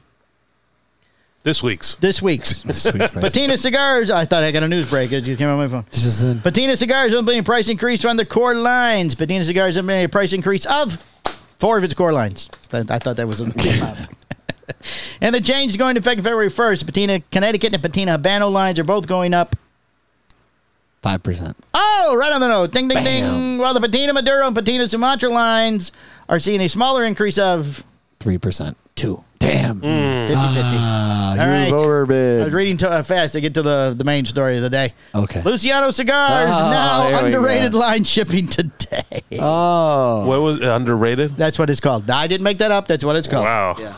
S3: This week's.
S5: This week's
S4: This week's price.
S5: Patina cigars. I thought I got a news break. It just came on my phone.
S4: This is in.
S5: Patina Cigars implementing a price increase on the core lines. Patina Cigars implementing a price increase of four of its core lines. I I thought that was a And the change is going to effect February 1st. Patina Connecticut and Patina Habano lines are both going up.
S4: Five percent.
S5: Oh, right on the nose. Ding, ding, ding.
S4: Bam.
S5: While the Patina Maduro and Patina Sumatra lines are seeing a smaller increase of
S4: Three percent.
S5: two.
S4: Damn.
S5: 50
S4: Ah,
S5: All right.
S4: you've overbid.
S5: I was reading to, uh, fast to get to the, the main story of the day.
S4: Okay.
S5: Luciano Cigars
S4: Oh,
S5: now
S4: there we go.
S5: underrated line shipping today.
S4: Oh.
S3: What was it, underrated?
S5: That's what it's called. I didn't make that up. That's what it's called.
S3: Wow.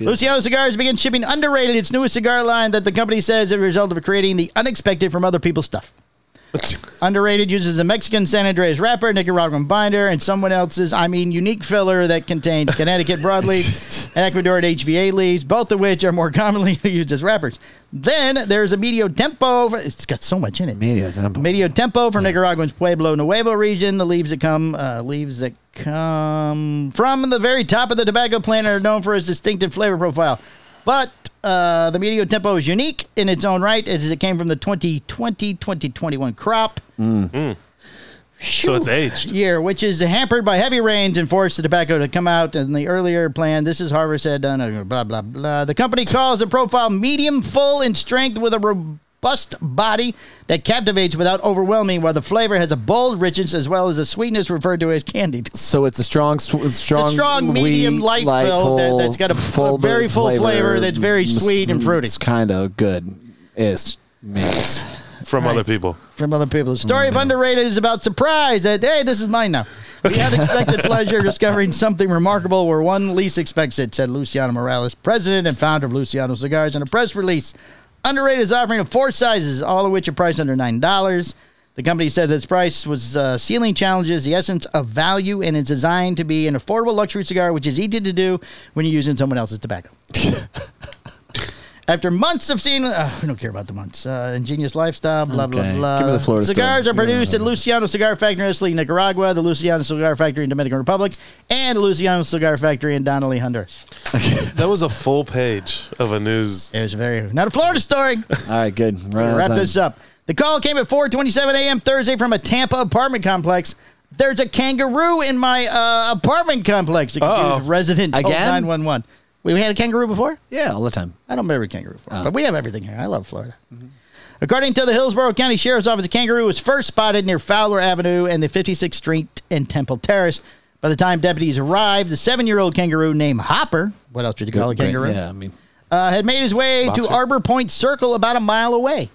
S5: Luciano Cigars began shipping underrated its newest cigar line that the company says is a result of creating the unexpected from other people's stuff. Underrated uses a Mexican San Andreas wrapper, Nicaraguan binder, and someone else's, I mean, unique filler that contains Connecticut broadleaf and Ecuadorian HVA leaves, both of which are more commonly used as wrappers. Then there's a Medio Tempo. It's got so much in it.
S4: Media temple.
S5: Medio Tempo from Nicaraguan's Pueblo Nuevo region. The leaves that come, uh, leaves that come from the very top of the tobacco plant are known for its distinctive flavor profile. But uh, the Medio Tempo is unique in its own right as it came from the 2020-2021 crop
S3: So it's aged.
S5: year, which is hampered by heavy rains and forced the tobacco to come out in the earlier plan. This is Harvest had done, uh, blah, blah, blah. The company calls the profile medium full in strength with a robust body that captivates without overwhelming, while the flavor has a bold richness as well as a sweetness referred to as candied.
S4: So it's a strong, sw- strong,
S5: It's a strong, medium,
S4: wheat,
S5: light fill that-
S4: full-
S5: that's got a f- very full flavor that's very
S4: It's-
S5: sweet and fruity.
S4: It's kind of good. It's mix.
S3: From other people.
S5: from other people. The story of underrated is about surprise that hey, this is mine now. The unexpected pleasure of discovering something remarkable where one least expects it, said Luciano Morales, president and founder of Luciano Cigars, in a press release. Underrated is offering of four sizes, all of which are priced under nine dollars. The company said this price was uh, ceiling challenges the essence of value and is designed to be an affordable luxury cigar, which is easy to do when you're using someone else's tobacco. After months of seeing, uh, we don't care about the months. Uh, ingenious lifestyle, blah blah
S4: Okay.
S5: blah.
S4: Give me the Florida
S5: Cigars
S4: story.
S5: are produced at Luciano Cigar Factory in Esteli, Nicaragua, the Luciano Cigar Factory in Dominican Republic, and the Luciano Cigar Factory in Donnelly, Honduras.
S3: That was a full page of a news.
S5: It was very not a Florida story.
S4: All right, good. Right
S5: wrap this up. The call came at 4:27 a.m. Thursday from a Tampa apartment complex. There's a kangaroo in my uh, apartment complex. The
S3: Uh-oh.
S5: confused resident told
S4: Again?
S5: 911. We had a kangaroo before.
S4: Yeah, all the time.
S5: I don't remember kangaroo, Florida,
S3: Uh.
S5: but we have everything here. I love Florida. According to the Hillsborough County Sheriff's Office, the kangaroo was first spotted near Fowler Avenue and the 56th Street and Temple Terrace. By the time deputies arrived, the seven-year-old kangaroo named Hopper, what else did you call a
S4: Great.
S5: kangaroo?
S4: Yeah, I mean,
S5: uh, had made his way to
S3: Boxer. Uh-huh.
S5: Arbor Point Circle about a mile away.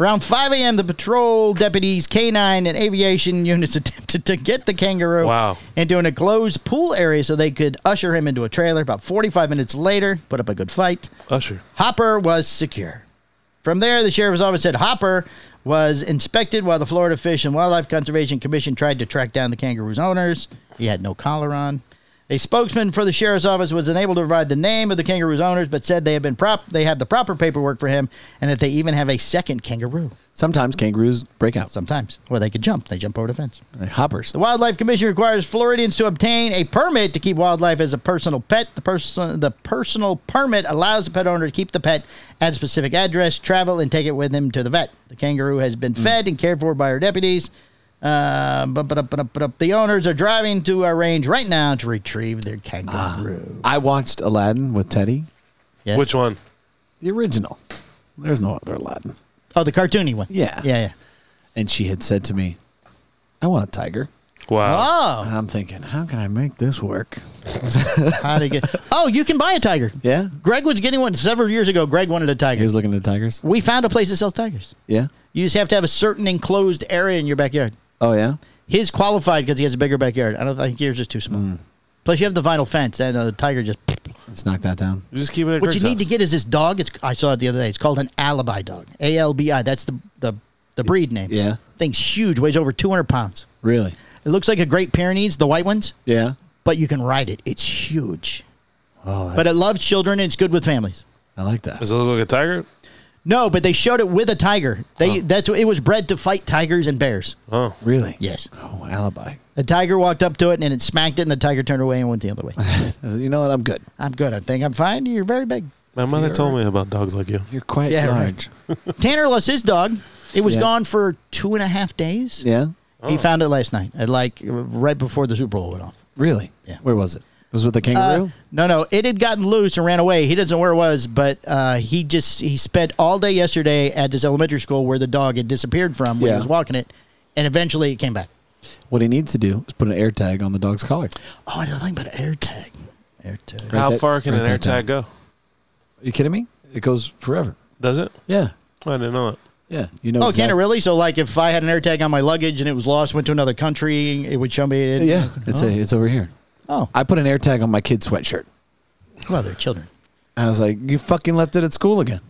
S5: Around 5 a.m., the patrol deputies, K9, and aviation units attempted to get the kangaroo
S3: Wow.
S5: into an enclosed pool area so they could usher him into a trailer. About 45 minutes later, put up a good fight.
S3: Usher.
S5: Hopper was secure. From there, the sheriff's office said Hopper was inspected while the Florida Fish and Wildlife Conservation Commission tried to track down the kangaroo's owners. He had no collar on. A spokesman for the sheriff's office was unable to provide the name of the kangaroo's owners, but said they have been prop they have the proper paperwork for him, and that they even have a second kangaroo.
S4: Sometimes kangaroos break out.
S5: Sometimes, well, they could jump. They jump over the fence.
S4: They're hoppers.
S5: The Wildlife Commission requires Floridians to obtain a permit to keep wildlife as a personal pet. The person the personal permit allows the pet owner to keep the pet at a specific address, travel, and take it with him to the vet. The kangaroo has
S4: Hmm.
S5: been fed and cared for by her deputies. Uh, but, but, but, but the owners are driving to our range right now to retrieve their kangaroo.
S4: I watched Aladdin with Teddy,
S5: Yeah.
S3: Which one?
S4: the original. There's no other Aladdin.
S5: Oh, the cartoony one.
S4: Yeah.
S5: Yeah, yeah.
S4: And she had said to me, I want a tiger.
S3: Wow.
S5: Oh,
S4: And I'm thinking, how can I make this work?
S5: how to get? Oh, you can buy a tiger.
S4: Yeah.
S5: Greg was getting one several years ago. Greg wanted a
S4: He
S5: tiger.
S4: was looking at tigers.
S5: we found a place that sells tigers.
S4: Yeah.
S5: You just have to have a certain enclosed area in your backyard.
S4: Oh, yeah.
S5: His qualified because he has a bigger backyard. I don't I think yours is too small. Plus, you have the vinyl fence, and uh, the tiger just.
S4: Let's knock that down.
S3: You Just keep it. At
S5: What
S3: Greg's
S5: you need to
S3: house.
S5: get is this dog. It's I saw it the other day. It's called an alibi dog. A L B I. That's the the the breed name.
S4: Yeah.
S5: thing's huge. Weighs over two hundred pounds.
S4: Really?
S5: It looks like a Great Pyrenees, the white ones,
S4: Yeah.
S5: but you can ride it. It's huge.
S4: Oh,
S5: But it loves children. and It's good with families.
S4: I like that.
S3: Does it look like a tiger?
S5: No, but they showed it with a tiger. They that's it was bred to fight tigers and bears.
S3: Oh,
S4: Really?
S5: Yes.
S4: Oh, alibi.
S5: A tiger walked up to it and it smacked it, and the tiger turned away and went the other way.
S4: I said, You know what? I'm good.
S5: I'm good. I think I'm fine. You're very big.
S3: my mother told me about dogs like you.
S4: You're quite
S5: Yeah, right.
S4: large.
S5: Tanner lost his dog. It was
S4: Yeah.
S5: gone for two and a half days.
S4: Yeah.
S5: He found it last night, at like right before the Super Bowl went off.
S4: Really?
S5: Yeah.
S4: Where was it? It was with a
S5: Uh,
S4: kangaroo?
S5: no, no, it had gotten loose and ran away. He doesn't know where it was, but uh, he just he spent all day yesterday at this elementary school where the dog had disappeared from when
S4: Yeah.
S5: he was walking it, and eventually it came back.
S4: what he needs to do is put an air tag on the dog's collar.
S5: Oh, I didn't think about air tag. Air tag.
S3: How
S4: that-
S3: far can
S4: write
S3: an air
S4: that down.
S3: tag go?
S4: Are you kidding me? It goes forever.
S3: Does it?
S4: Yeah.
S3: I didn't know it.
S4: Yeah. You know
S5: Oh,
S4: exact-
S5: can it really? So, like, if I had an air tag on my luggage and it was lost, went to another country, it would show me. It,
S4: Yeah. It's, a, it's over here.
S5: Oh,
S4: I put an air tag on my kid's sweatshirt.
S5: well, they're children.
S4: I was like, you fucking left it at school again.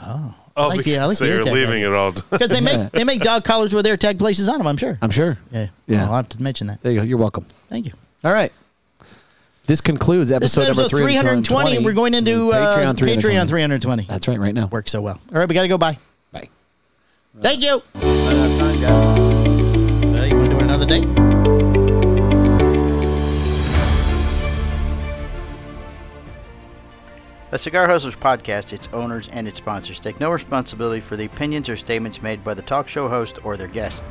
S3: Oh,
S5: like the- I like
S3: so
S5: the air
S3: you're
S5: tag,
S3: leaving
S5: yeah.
S3: it all. t-
S5: Because they make they make dog collars with air tag places on them. I'm sure.
S4: I'm sure.
S5: Yeah,
S4: Yeah.
S5: I'll have to mention that.
S4: There you go. You're welcome.
S5: Thank you.
S4: All right. This concludes
S5: This
S4: episode
S5: is
S4: number
S5: episode
S4: 320.
S5: 320. We're going into uh, Patreon 320. Patreon 320.
S4: That's right, right now.
S5: Works so well. All right, we got to go. Bye.
S4: Bye.
S5: Thank you.
S4: time, guys.
S5: Uh, you want to do another day? The Cigar Hustlers podcast, its owners, and its sponsors take no responsibility for the opinions or statements made by the talk show host or their guest.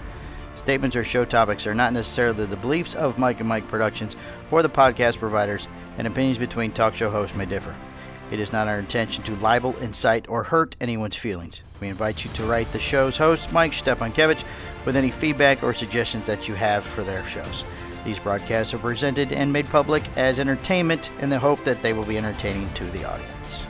S5: Statements or show topics are not necessarily the beliefs of Mike and Mike Productions or the podcast providers, and opinions between talk show hosts may differ. It is not our intention to libel, incite, or hurt anyone's feelings. We invite you to write the show's host, Mike Stepankevich, with any feedback or suggestions that you have for their shows. These broadcasts are presented and made public as entertainment in the hope that they will be entertaining to the audience.